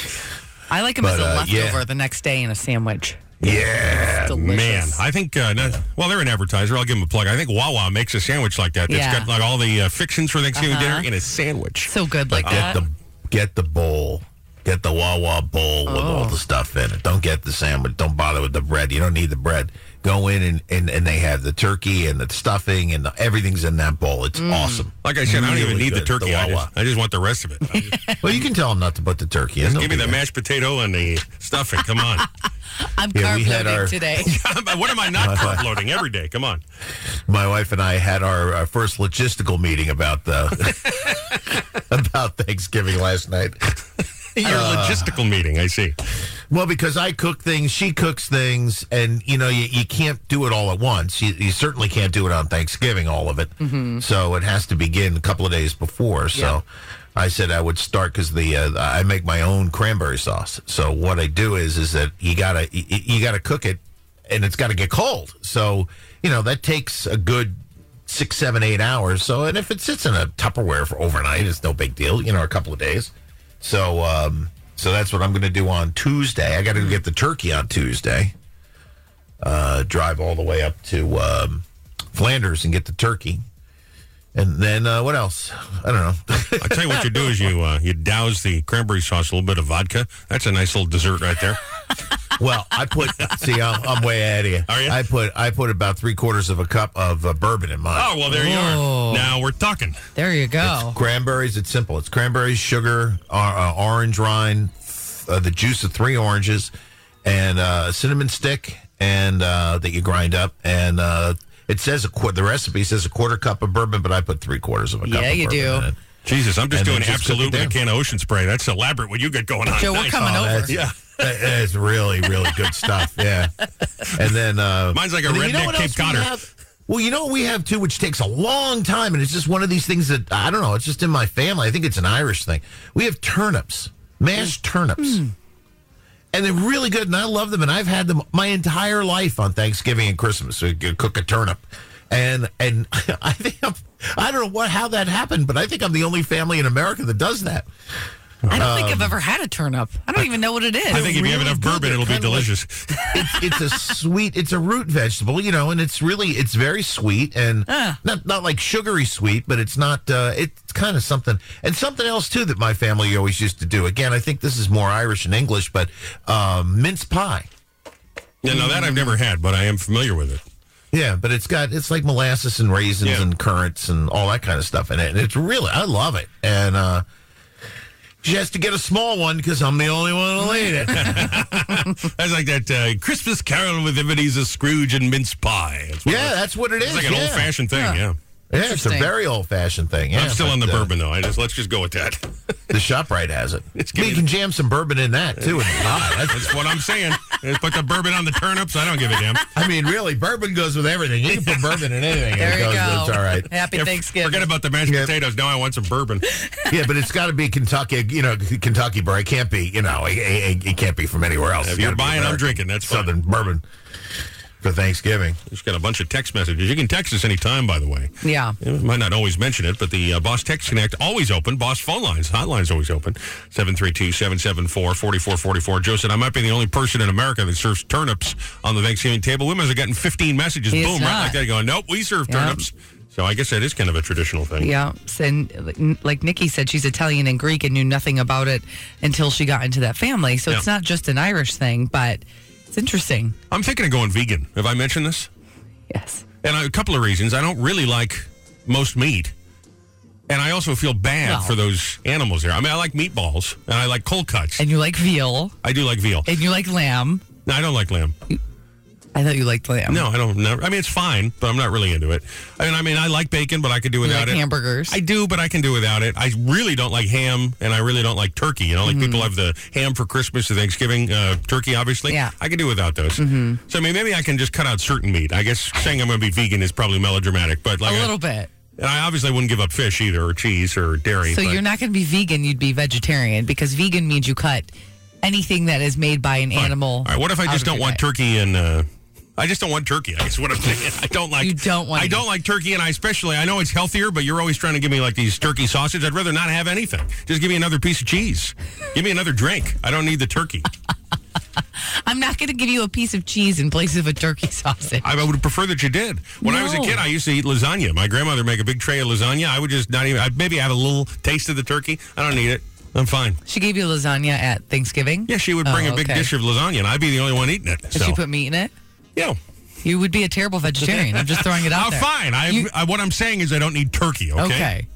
B: I like them as a
A: But, uh, yeah.
B: leftover the next day in a sandwich.
A: Yeah,
B: delicious.
A: man. I think uh, not, well, they're an advertiser. I'll give them a plug. I think Wawa makes a sandwich like that. that has
B: Yeah.
A: got like all the uh, fixings for Thanksgiving
B: Uh-huh.
A: dinner in a sandwich.
B: So good like that.
G: get the get the bowl. Get the Wawa bowl with all the stuff in it. Don't get the sandwich. Don't bother with the bread. You don't need the bread. Go in and, and, and they have the turkey and the stuffing and the, everything's in that bowl. It's awesome.
A: Like I said, I don't even
G: Really
A: need the
G: good,
A: turkey. I,
G: Wawa.
A: just, I just want the rest of it.
G: well, you can tell them not to put the turkey in.
A: Just give me the mashed potato and the stuffing. Come on.
B: I'm
G: Yeah, we
B: carb
G: had
B: loading
G: our-
B: today.
A: what am I not carb loading every day? Come on.
G: My wife and I had our, our first logistical meeting about the about Thanksgiving last night.
A: Your logistical meeting, I see.
G: Well, because I cook things, she cooks things, and you know you, you can't do it all at once. You, you certainly can't do it on Thanksgiving, all of it. So it has to begin a couple of days before. So I said I would start because the uh, I make my own cranberry sauce. So what I do is is that you gotta you, you gotta cook it, and it's got to get cold. So you know that takes a good six, seven, eight hours. So and if it sits in a Tupperware for overnight, it's no big deal. You know, a couple of days. So um, so that's what I'm going to do on Tuesday. I got
A: Hmm.
G: to get the turkey on Tuesday. Uh, drive all the way up to um, Flanders and get the turkey, and then uh, what else? I don't know.
A: I tell you what you do is you uh, you douse the cranberry sauce with a little bit of vodka. That's a nice little dessert right there.
G: Well, I put. see, I'm, I'm way ahead of you.
A: Are you?
G: I put I put about three quarters of a cup of uh, bourbon in mine.
A: Oh well, there you
B: Oh.
A: are. Now we're talking.
B: There you go.
G: Cranberries, it's simple. It's cranberries, sugar, or, uh, orange rind, th- uh, the juice of three oranges, and uh, a cinnamon stick, and uh, that you grind up. And uh, it says a qu- the recipe says a quarter cup of bourbon, but I put three quarters of a cup.
B: Yeah,
G: of
B: you
G: bourbon
B: do.
G: in it.
A: Jesus, I'm just
G: And then
A: doing
G: just cook
A: absolute
G: it
A: with a
G: down.
A: can of ocean spray. That's elaborate. What you got going on?
B: Joe, we're
A: Nice.
B: coming
G: Oh,
B: over.
G: that's-
A: Yeah.
G: That is really, really good stuff. Yeah. And then uh,
A: Mine's like a
G: and then
A: redneck
G: what
A: Cape
G: else we
A: Codder.
G: have? Well, you know what we have too, which takes a long time, and it's just one of these things that I don't know. It's just in my family. I think it's an Irish thing. We have turnips, mashed turnips,
B: Hmm.
G: and they're really good, and I love them, and I've had them my entire life on Thanksgiving and Christmas. We could cook a turnip, and and I think I'm, I don't know what how that happened, but I think I'm the only family in America that does that.
B: I don't think I've ever had a turnip. I don't even know what it is.
A: I think if you have enough
G: good.
A: bourbon,
G: They're
A: it'll be
G: kinda like-
A: delicious.
G: it's, it's a sweet it's a root vegetable you know and it's really it's very sweet and not not like sugary sweet but it's not uh, it's kind of something and something else too that my family always used to do again i think this is more irish and english but um, mince pie
A: yeah, no, that I've never had, but I am familiar with it.
G: yeah but it's got it's like molasses and raisins
A: Yeah.
G: and currants and all that kind of stuff in it and it's really i love it and uh she has to get a small one because I'm the only one to eat it.
A: That's like that uh, Christmas Carol with Ebenezer Scrooge and mince pie. It's one of
G: yeah,
A: those-
G: that's what it
A: it's
G: is.
A: like an
G: yeah.
A: old-fashioned thing. Yeah,
G: Yeah, it's a
B: Interesting.
G: very old-fashioned thing. Yeah,
A: I'm still on the
G: but, uh,
A: bourbon though. I just let's just go with that.
G: The ShopRite has it.
A: It's
G: We
A: giving-
G: can jam some bourbon in that too. and pie. That's-
A: That's what I'm saying. Just put the bourbon on the turnips. I don't give a damn.
G: I mean, really, bourbon goes with everything. You can put bourbon in anything. and
B: there
G: it
B: you
G: goes,
B: go.
G: It's all right.
B: Happy
A: Yeah, f-
B: Thanksgiving.
A: Forget about the mashed
G: Yeah.
A: potatoes. Now I want some bourbon.
G: Yeah, but it's got to be Kentucky. You know, Kentucky bourbon. It can't be. You know, it, it, it can't be from anywhere else.
A: If
G: It's
A: you're
G: gotta be
A: buying, I'm
G: American
A: drinking. That's fine.
G: Southern bourbon for Thanksgiving.
A: Just got a bunch of text messages. You can text us anytime, by the way.
B: yeah.
A: Yeah, we might not always mention it, but the uh, Boss Text Connect always open. Boss phone lines, hotline's always open. 732-774-4444. Joe said, I might be the only person in America that serves turnips on the Thanksgiving table. We must have gotten 15 messages.
B: It's
A: Boom, right
B: not.
A: like that. Going, nope, we serve
B: Yep.
A: turnips. So I guess that is kind of a traditional thing.
B: Yeah. And like Nikki said, she's Italian and Greek and knew nothing about it until she got into that family. So it's
A: Yeah.
B: not just an Irish thing, but it's interesting.
A: I'm thinking of going vegan. Have I mentioned this?
B: Yes.
A: And I, a couple of reasons. I don't really like most meat. And I also feel bad
B: No.
A: for those animals there. I mean, I like meatballs and I like cold cuts.
B: And you like veal
A: I do like veal.
B: and you like lamb.
A: No, I don't like lamb.
B: I thought you liked lamb.
A: No, I don't. Never, I mean, it's fine, but I'm not really into it. I mean, I mean, I like bacon, but I could do without
B: like
A: it.
B: hamburgers.
A: I do, but I can do without it. I really don't like ham, and I really don't like turkey. You know, like people have the ham for Christmas and Thanksgiving, uh, turkey, obviously.
B: Mm-hmm. Yeah. Mm-hmm.
A: I could do without those. So, I mean, maybe I can just cut out certain meat. I guess saying I'm going to be vegan is probably melodramatic, but like
B: a
A: I-
B: little bit.
A: And I obviously wouldn't give up fish either, or cheese, or dairy.
B: So
A: but-
B: you're not going to be vegan, you'd be vegetarian because vegan means you cut anything that is made by an
A: Fine.
B: animal.
A: All right. What if I
B: out
A: just
B: of
A: don't
B: your
A: want
B: diet.
A: turkey and? Uh, I just don't want turkey. I guess what I'm saying. I don't like.
B: You don't want
A: I
B: it.
A: don't like turkey, and I especially. I know it's healthier, but you're always trying to give me like these turkey sausage. I'd rather not have anything. Just give me another piece of cheese. give me another drink. I don't need the turkey.
B: I'm not going to give you a piece of cheese in place of a turkey sausage.
A: I I would prefer that you did. When I was a
B: No.
A: kid, I used to eat lasagna. My grandmother would make a big tray of lasagna. I would just not even. I'd maybe have a little taste of the turkey. I don't need it. I'm fine.
B: She gave you lasagna at Thanksgiving.
A: Yeah, she would bring
B: Oh,
A: a big
B: okay.
A: dish of lasagna, and I'd be the only one eating it.
B: Did
A: so
B: she put meat in it?
A: yeah.
B: You would be a terrible vegetarian. I'm just throwing it out
A: Oh,
B: there.
A: fine. I,
B: You-
A: I what I'm saying is I don't need turkey. Okay.
B: okay.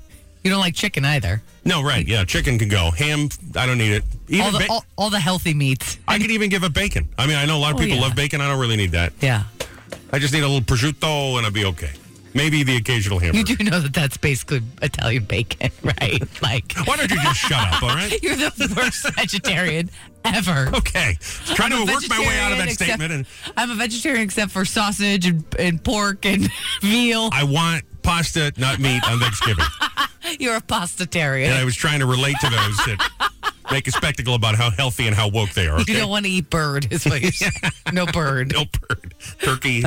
B: You don't like chicken either.
A: No, right. Yeah, chicken can go. Ham, I don't need it. Even
B: All the
A: ba-
B: all, all the healthy meats.
A: I could even give up bacon. I mean, I know a lot of
B: Oh,
A: people
B: yeah.
A: love bacon. I don't really need that.
B: Yeah.
A: I just need a little prosciutto, and I'll be okay. Maybe the occasional
B: You
A: hamburger.
B: do know that that's basically Italian bacon, right? Like
A: Why don't you just shut up? All right.
B: you're the worst vegetarian ever.
A: Okay. Trying to
B: I'm a
A: work my way out of
B: vegetarian
A: that
B: except-
A: statement, and
B: I'm a vegetarian except for sausage and, and pork and veal.
A: I want pasta, not meat, on Thanksgiving.
B: You're a
A: and
B: pastatarian.
A: I was trying to relate to those that make a spectacle about how healthy and how woke they are. Okay.
B: You don't want to eat bird, is what you're saying. No bird.
A: No bird. Turkey,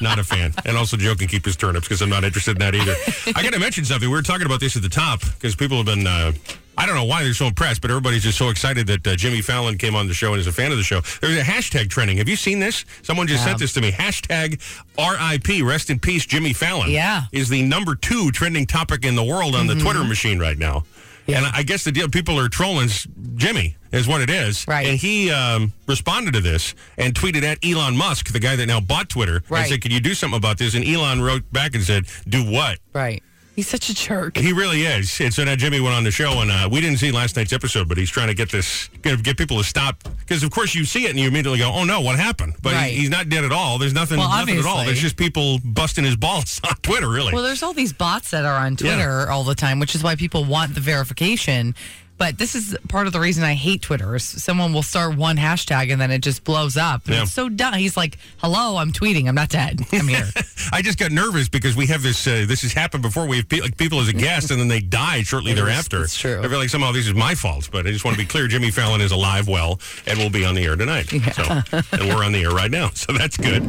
A: not a fan. And also, Joe can keep his turnips because I'm not interested in that either. I got to mention something. We were talking about this at the top because people have been, uh, I don't know why they're so impressed, but everybody's just so excited that uh, Jimmy Fallon came on the show and is a fan of the show. There's a hashtag trending. Have you seen this? Someone just sent this to me. Hashtag RIP, rest in peace, Jimmy Fallon.
B: Yeah.
A: Is the number two trending topic in the world on
B: Mm-hmm.
A: the Twitter machine right now. And I guess the deal people are trolling Jimmy is what it is.
B: Right.
A: And he um, responded to this and tweeted at Elon Musk, the guy that now bought Twitter, and
B: Right.
A: said, "Can you do something about this?" And Elon wrote back and said, "Do what?"
B: Right. He's such a jerk.
A: He really is. And so now Jimmy went on the show, and uh, we didn't see last night's episode, but he's trying to get this, gonna get people to stop because, of course, you see it and you immediately go, "Oh no, what happened?" But he-
B: Right.
A: he's not dead at all. There's nothing,
B: Well,
A: nothing at all.
B: obviously.
A: There's just people busting his balls on Twitter, really.
B: Well, there's all these bots that are on
A: Yeah.
B: Twitter all the time, which is why people want the verification. But this is part of the reason I hate Twitter. Is someone will start one hashtag and then it just blows up. And
A: Yeah.
B: It's so dumb. He's like, "Hello, I'm tweeting. I'm not dead. I'm here."
A: I just got nervous because we have this. Uh, this has happened before. We have pe- like people as a guest, and then they die shortly thereafter.
B: it's true.
A: I feel like somehow this is my fault, but I just want to be clear. Jimmy Fallon is alive, well, and will be on the air tonight. So, and we're on the air right now, so that's good.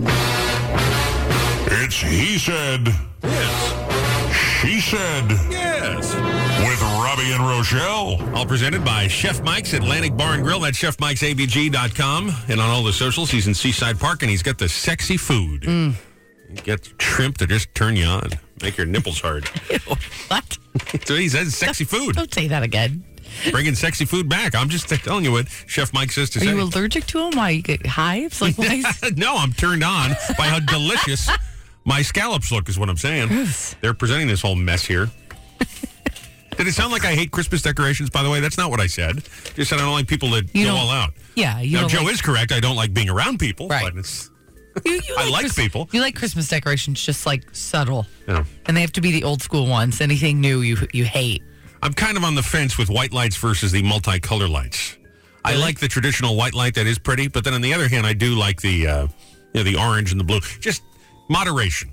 L: It's He Said,
A: Yes,
L: She Said
A: yes.
L: with Robbie and Rochelle.
A: All presented by Chef Mike's Atlantic Bar and Grill. That's ChefMike'sABG.com, and on all the socials, he's in Seaside Park, and he's got the sexy food.
B: Mm.
A: Get shrimp to just turn you on, make your nipples hard.
B: what?
A: so he says, sexy food.
B: Don't say that again.
A: bringing sexy food back. I'm just telling you what Chef Mike says to
B: Are
A: say.
B: you allergic to him? Why you get hives? Like, why is-
A: no, I'm turned on by how delicious my scallops look. Is what I'm saying. They're presenting this whole mess here. Did it sound like I hate Christmas decorations? By the way, that's not what I said. Just said I don't like people that
B: You
A: go
B: don't-
A: all out.
B: yeah, you
A: Now,
B: don't
A: Joe
B: like-
A: is correct. I don't like being around people.
B: Right.
A: But it's,
B: you, you
A: I like
B: Christ-
A: people.
B: You like Christmas decorations, just like subtle,
A: you know,
B: and they have to be the old school ones. Anything new, you you hate.
A: I'm kind of on the fence with white lights versus the multicolor lights. I like the traditional white light that is pretty, but then on the other hand, I do like the uh, you know the orange and the blue. Just moderation.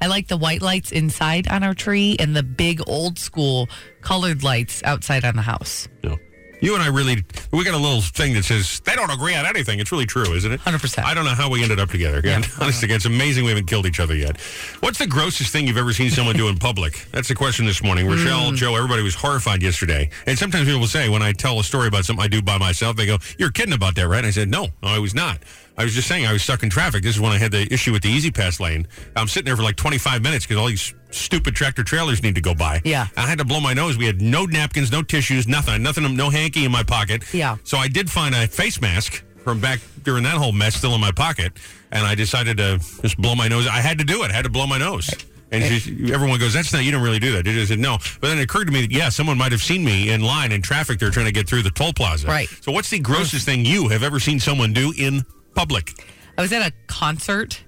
B: I like the white lights inside on our tree and the big old school colored lights outside on the house.
A: No. You and I really, we got a little thing that says they don't agree on anything. It's really true, isn't it?
B: 100%.
A: I don't know how we ended up together. Yeah, honest to God, it's amazing we haven't killed each other yet. What's the grossest thing you've ever seen someone do in public? That's the question this morning. Rochelle, Joe, everybody was horrified yesterday. And sometimes people will say, when I tell a story about something I do by myself, they go, You're kidding about that, right? And I said, No, no, I was not. I was just saying I was stuck in traffic. This is when I had the issue with the Easy Pass lane. I'm sitting there for like 25 minutes because all these stupid tractor trailers need to go by.
B: Yeah.
A: I had to blow my nose. We had no napkins, no tissues, nothing, nothing, no hanky in my pocket.
B: Yeah.
A: So I did find a face mask from back during that whole mess still in my pocket, and I decided to just blow my nose. I had to do it. I had to blow my nose. And she, everyone goes, "That's not. You don't really do that." Did you? I said, "No." But then it occurred to me that yeah, someone might have seen me in line in traffic. They're trying to get through the toll plaza.
B: Right.
A: So, what's the grossest thing you have ever seen someone do in public?
B: I was at a concert.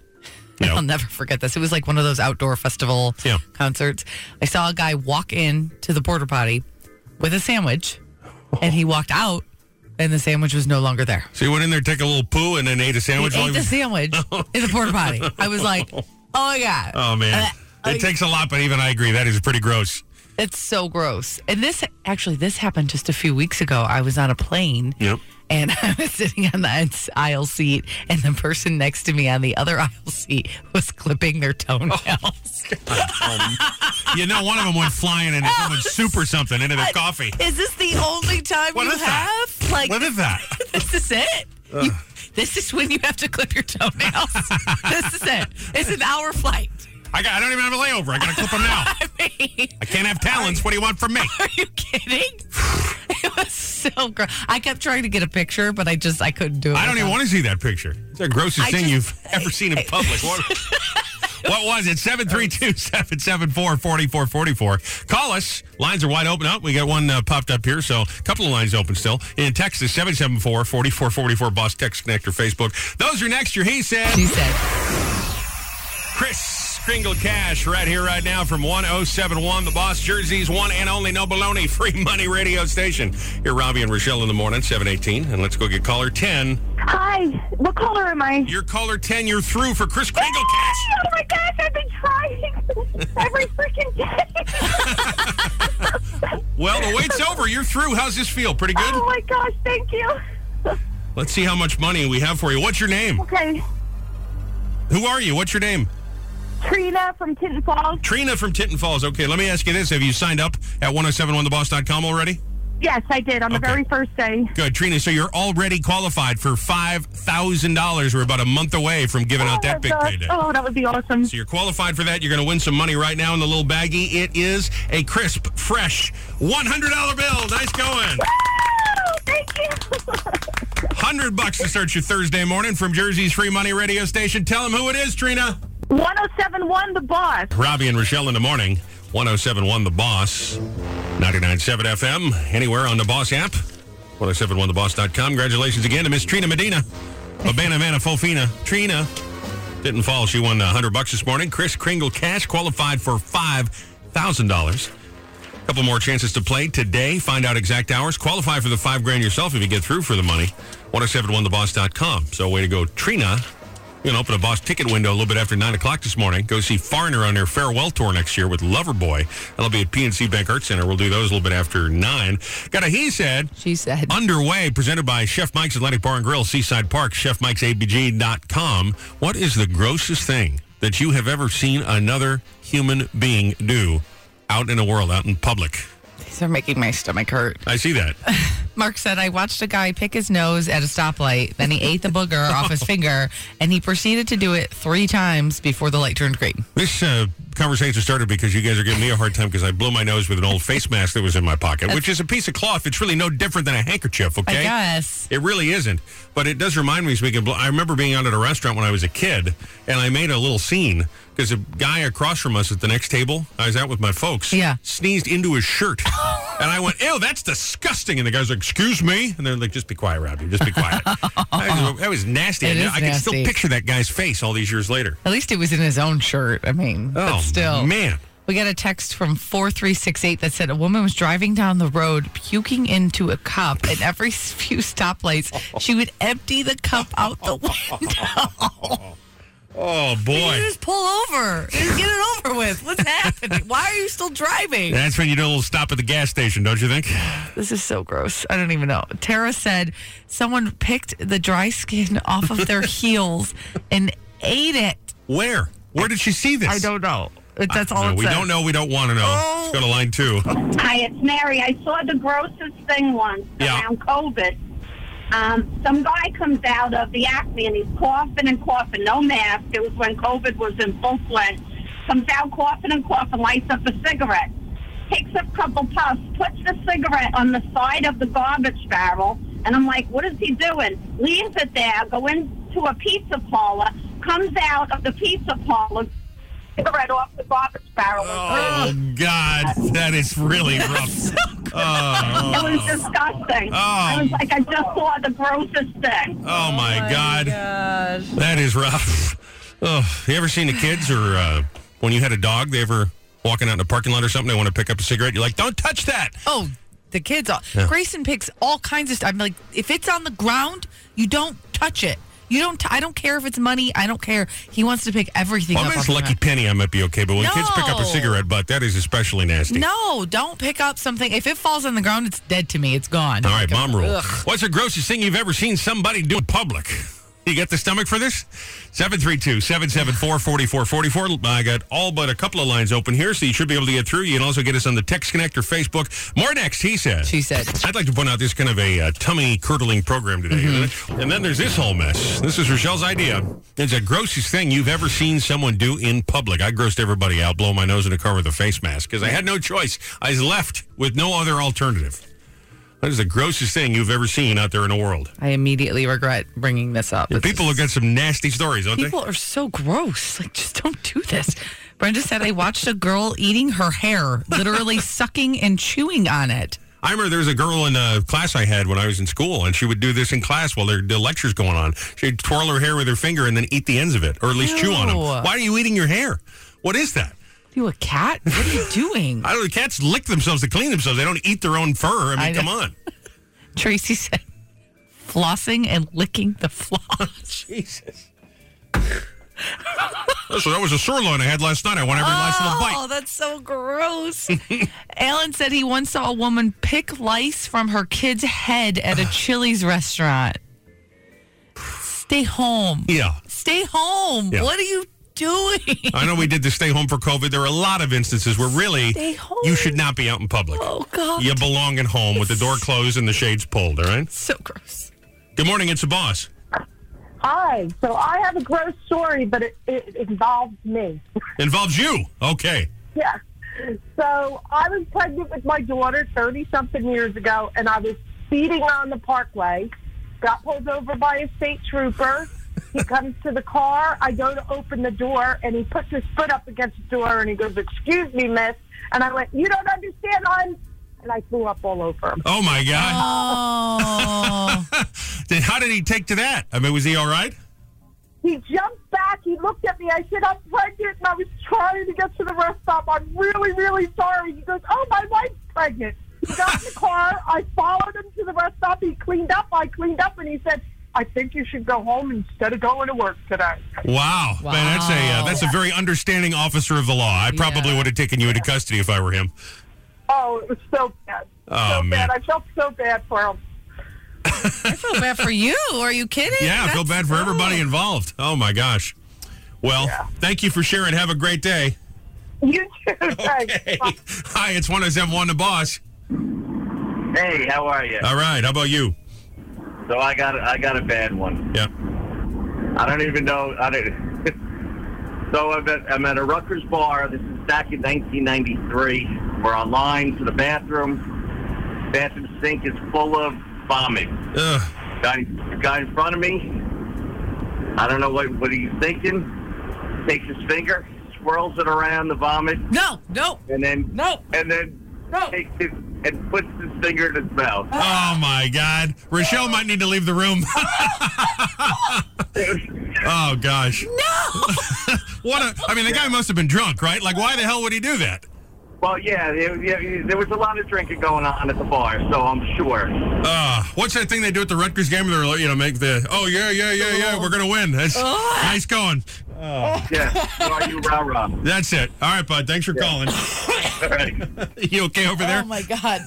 A: Yeah.
B: I'll never forget this. It was like one of those outdoor festival
A: Yeah.
B: concerts. I saw a guy walk in to the porter potty with a sandwich, and he walked out, and the sandwich was no longer there.
A: So you went in there, took a little poo, and then ate a
B: He
A: sandwich. while
B: ate
A: he
B: the
A: was-
B: sandwich in the porter potty. I was like, "Oh my god!"
A: Oh
B: Uh,
A: man, it takes a lot, but even I agree that is pretty gross.
B: It's so gross. And this actually, this happened just a few weeks ago. I was on a plane.
A: Yep.
B: And I was sitting on the ins- aisle seat, and the person next to me on the other aisle seat was clipping their toenails.
A: you know, one of them went flying into someone's soup or something into their
B: What?
A: coffee.
B: Is this the only time
A: What
B: you
A: is that?
B: have? Like,
A: What is that?
B: this is it. You- this is when you have to clip your toenails. this is it. It's an hour flight.
A: I got. I don't even have a layover. I got to clip them now.
B: I mean,
A: I can't have talents. What do you want from me?
B: Are you kidding? It was so gross. I kept trying to get a picture, but I just I couldn't do it.
A: I don't even want to see that picture. It's the grossest
B: I
A: thing
B: just-
A: you've ever seen in public. What, what was it? 732-774-4444. Call us. Lines are wide open. Up. we got one uh, popped up here, so a couple of lines open still. And text is 774-4444. Boss Text Connector Facebook. Those are next. Your He Said.
B: She said.
A: Chris Kringle Cash right here, right now from 1071, the Boss Jersey's one and only No Baloney Free Money Radio Station. Here, Robbie and Rochelle in the morning, 718. And let's go get caller 10.
M: Hi, what caller am I?
A: You're caller 10. You're through for Chris Kringle
M: Hey,
A: Cash.
M: Oh my gosh, I've been trying every freaking day.
A: Well, the wait's over. You're through. How's this feel? Pretty good?
M: Oh my gosh, thank you.
A: Let's see how much money we have for you. What's your name?
M: Okay,
A: Who are you? What's your name?
M: Trina from Tinton Falls.
A: Trina from Tinton Falls. Okay, let me ask you this. Have you signed up at 1071theboss.com already?
M: Yes, I did on the very first day.
A: Good, Trina. So you're already qualified for five thousand dollars. We're about a month away from giving out that big
M: Oh,
A: payday.
M: Oh, that would be awesome.
A: So you're qualified for that. You're going to win some money right now in the little baggie. It is a crisp, fresh one hundred dollar bill. Nice going.
M: Oh, thank you.
A: Hundred bucks to start your Thursday morning from Jersey's free money radio station. Tell them who it is, Trina.
M: 1071 The Boss.
A: Robbie and Rochelle in the morning. 1071 The Boss, 99.7 FM, anywhere on the Boss app, 1071theboss.com. Congratulations again to Miss Trina Medina, Abana Vanna Fofina. Trina didn't fall. She won 100 bucks this morning. Chris Kringle Cash qualified for $5,000. Couple more chances to play today. Find out exact hours. Qualify for the five grand yourself if you get through for the money. 1071theboss.com. So, way to go, Trina. We're going to open a boss ticket window a little bit after 9 o'clock this morning. Go see Farner on their farewell tour next year with Loverboy. That'll be at PNC Bank Arts Center. We'll do those a little bit after 9. Got a He Said.
B: She said.
A: Underway, presented by Chef Mike's Atlantic Bar and Grill, Seaside Park, chefmikesabg.com. What is the grossest thing that you have ever seen another human being do out in the world, out in public?
B: These are making my stomach hurt.
A: I see that.
B: Mark said, I watched a guy pick his nose at a stoplight, then he ate the booger off his finger, and he proceeded to do it three times before the light turned green.
A: This uh, conversation started because you guys are giving me a hard time because I blew my nose with an old face mask that was in my pocket, which is a piece of cloth. It's really no different than a handkerchief, okay?
B: I guess.
A: It really isn't. But it does remind me, speaking of, blo- I remember being out at a restaurant when I was a kid, and I made a little scene because a guy across from us at the next table, I was out with my folks,
B: Yeah.
A: sneezed into his shirt. and I went, ew, that's disgusting. And the guy's like, excuse me? And they're like, just be quiet, Robbie, just be quiet. that, was, that was nasty.
B: It
A: I,
B: is
A: I can still
B: nasty.
A: picture that guy's face all these years later.
B: At least it was in his own shirt. I mean,
A: Oh,
B: but still.
A: man.
B: We got a text from 4368 that said a woman was driving down the road puking into a cup, and every few stoplights, she would empty the cup out the window.
A: Oh, boy.
B: You just pull over. Just get it over with. What's happening? Why are you still driving?
A: That's when you do a little stop at the gas station, don't you think?
B: This is so gross. I don't even know. Tara said someone picked the dry skin off of their heels and ate it.
A: Where? Where did she see this?
B: I don't know. Oh. It- That's all
A: No,
B: it
A: we
B: says.
A: don't know. We don't want to know. Let's go to line two.
N: Hi, it's Mary. I saw the grossest thing once
A: Yeah.
N: around COVID. Um, some guy comes out of the Acme and he's coughing and coughing, no mask. It was when COVID was in full swing. comes down coughing and coughing, lights up a cigarette, takes a couple puffs, puts the cigarette on the side of the garbage barrel, and I'm like, what is he doing? Leaves it there, go into a pizza parlor, comes out of the pizza parlor, cigarette off the garbage barrel.
A: Oh God, that is really rough.
N: It
A: Oh,
N: was disgusting. I was like, I just saw the grossest thing.
A: oh my God, that is rough. Oh, you ever seen the kids or uh, when you had a dog? They ever walking out in a parking lot or something? They want to pick up a cigarette. You're like, don't touch that.
B: Oh, the kids. All,
A: Yeah.
B: Grayson picks all kinds of stuff. I'm like, if it's on the ground, you don't touch it. You don't. T- I don't care if it's money. I don't care. He wants to pick everything.
A: Well,
B: up
A: if it's
B: off the
A: Lucky Penny, I might be okay. But when kids pick up a
B: No.
A: cigarette butt, that is especially nasty.
B: ground. No, don't pick up something. If it falls on the ground, it's dead to me. It's gone.
A: All right, mom rule.
B: Ugh.
A: What's the grossest thing you've ever seen somebody do in public? You got the stomach for this? 732-774-4444. I got all but a couple of lines open here, so you should be able to get through. You can also get us on the Text Connect or Facebook. More next, he said. She
B: said.
A: I'd like to point out this kind of a uh, tummy-curdling program today. And then there's this whole mess. This is Rochelle's idea. It's the grossest thing you've ever seen someone do in public. I grossed everybody out, blow my nose in a car with a face mask, because I had no choice. I was left with no other alternative. That is the grossest thing you've ever seen out there in the world.
B: I immediately regret bringing this up.
A: The people have got some nasty stories, don't
B: People are so gross. Like, just don't do this. Brenda said, I watched a girl eating her hair, literally sucking and chewing on it.
A: they? I remember there was a girl in a class I had when I was in school, and she would do this in class while there, the lecture's going on. She'd twirl her hair with her finger and then eat the ends of it, or at least chew on them.
B: Ew.
A: Why are you eating your hair? What is that?
B: You a cat? What are you doing?
A: I don't. Cats lick themselves to clean themselves. They don't eat their own fur. I mean,
B: I know.
A: come on.
B: Tracy said, flossing and licking the floss.
A: Jesus. So that was a sirloin I had last night. I want every last little bite.
B: Oh, that's so gross. Alan said he once saw a woman pick lice from her kid's head at a Chili's restaurant. Stay home.
A: Yeah.
B: Stay home.
A: Yeah.
B: What are you doing?
A: I know we did the stay home for COVID. There are a lot of instances where really
B: Stay home.
A: you should not be out in public.
B: Oh, God.
A: You belong at home with the door closed and the shades pulled, all right?
B: So gross.
A: Good morning, it's a boss.
M: Hi. So I have a gross story, but it, it involves me.
A: Involves you. Okay.
M: Yeah. So I was pregnant with my daughter 30 something years ago, and I was speeding on the parkway. Got pulled over by a state trooper. He comes to the car. I go to open the door, and he puts his foot up against the door, and he goes, Excuse me, miss. And I went, You don't understand. I'm. And I threw up all over him.
A: Oh, my God.
B: Oh.
A: Then how did he take to that? I mean, was he all right?
M: He jumped back. He looked at me. I said, I'm pregnant. And I was trying to get to the rest stop. I'm really, really sorry. He goes, Oh, my wife's pregnant. He got in the car. I followed him to the rest stop. He cleaned up. I cleaned up. And he said, I think you should go home instead of going to work today.
A: Wow. Man, that's a uh, that's a very understanding officer of the law. I probably would have taken you into custody if I were him.
M: Oh, it was so bad.
A: Oh,
M: so
A: man.
M: bad. I felt so bad for him.
B: I feel bad for you. Are you kidding?
A: Yeah, I feel bad for everybody involved. Oh, my gosh. Well, thank you for sharing. Have a great day.
M: You too.
A: Okay. Hi, it's 1071 The Boss.
O: Hey, how are you?
A: All right. How about you?
O: So I got I got a bad one.
A: Yeah.
O: I don't even know. I don't. so I'm at, I'm at a Rutgers bar. This is back in 1993. We're online to the bathroom. Bathroom sink is full of vomit.
A: Ugh.
O: Guy, guy in front of me. I don't know what what he's thinking. Takes his finger, swirls it around the vomit.
B: No, no.
O: And then
B: no.
O: And then takes it and puts his finger in his mouth.
A: Oh my God, Rochelle might need to leave the room. oh gosh.
B: No.
A: what a! I mean, the guy must have been drunk, right? Like, why the hell would he do that?
O: Well, yeah, there, yeah, there was a lot of drinking going on at the bar, so I'm sure.
A: Uh, what's that thing they do at the Rutgers game? Where they're like, you know, make the oh yeah yeah yeah yeah, we're gonna win. That's
O: Oh.
A: nice going.
O: Yeah, are you rah rah?
A: That's it. All right, bud. Thanks for calling.
O: All right.
A: you okay over there?
B: Oh my god.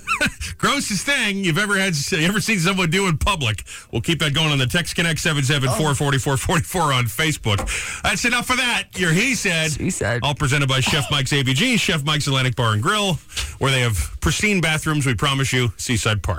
A: Grossest thing you've ever had, you ever seen someone do in public. We'll keep that going on the Text Connect 774 on Facebook. That's enough for that. Your He Said. He Said. All presented by Chef Mike's ABG, Chef Mike's Atlantic Bar and Grill, where they have pristine bathrooms, we promise you, Seaside Park.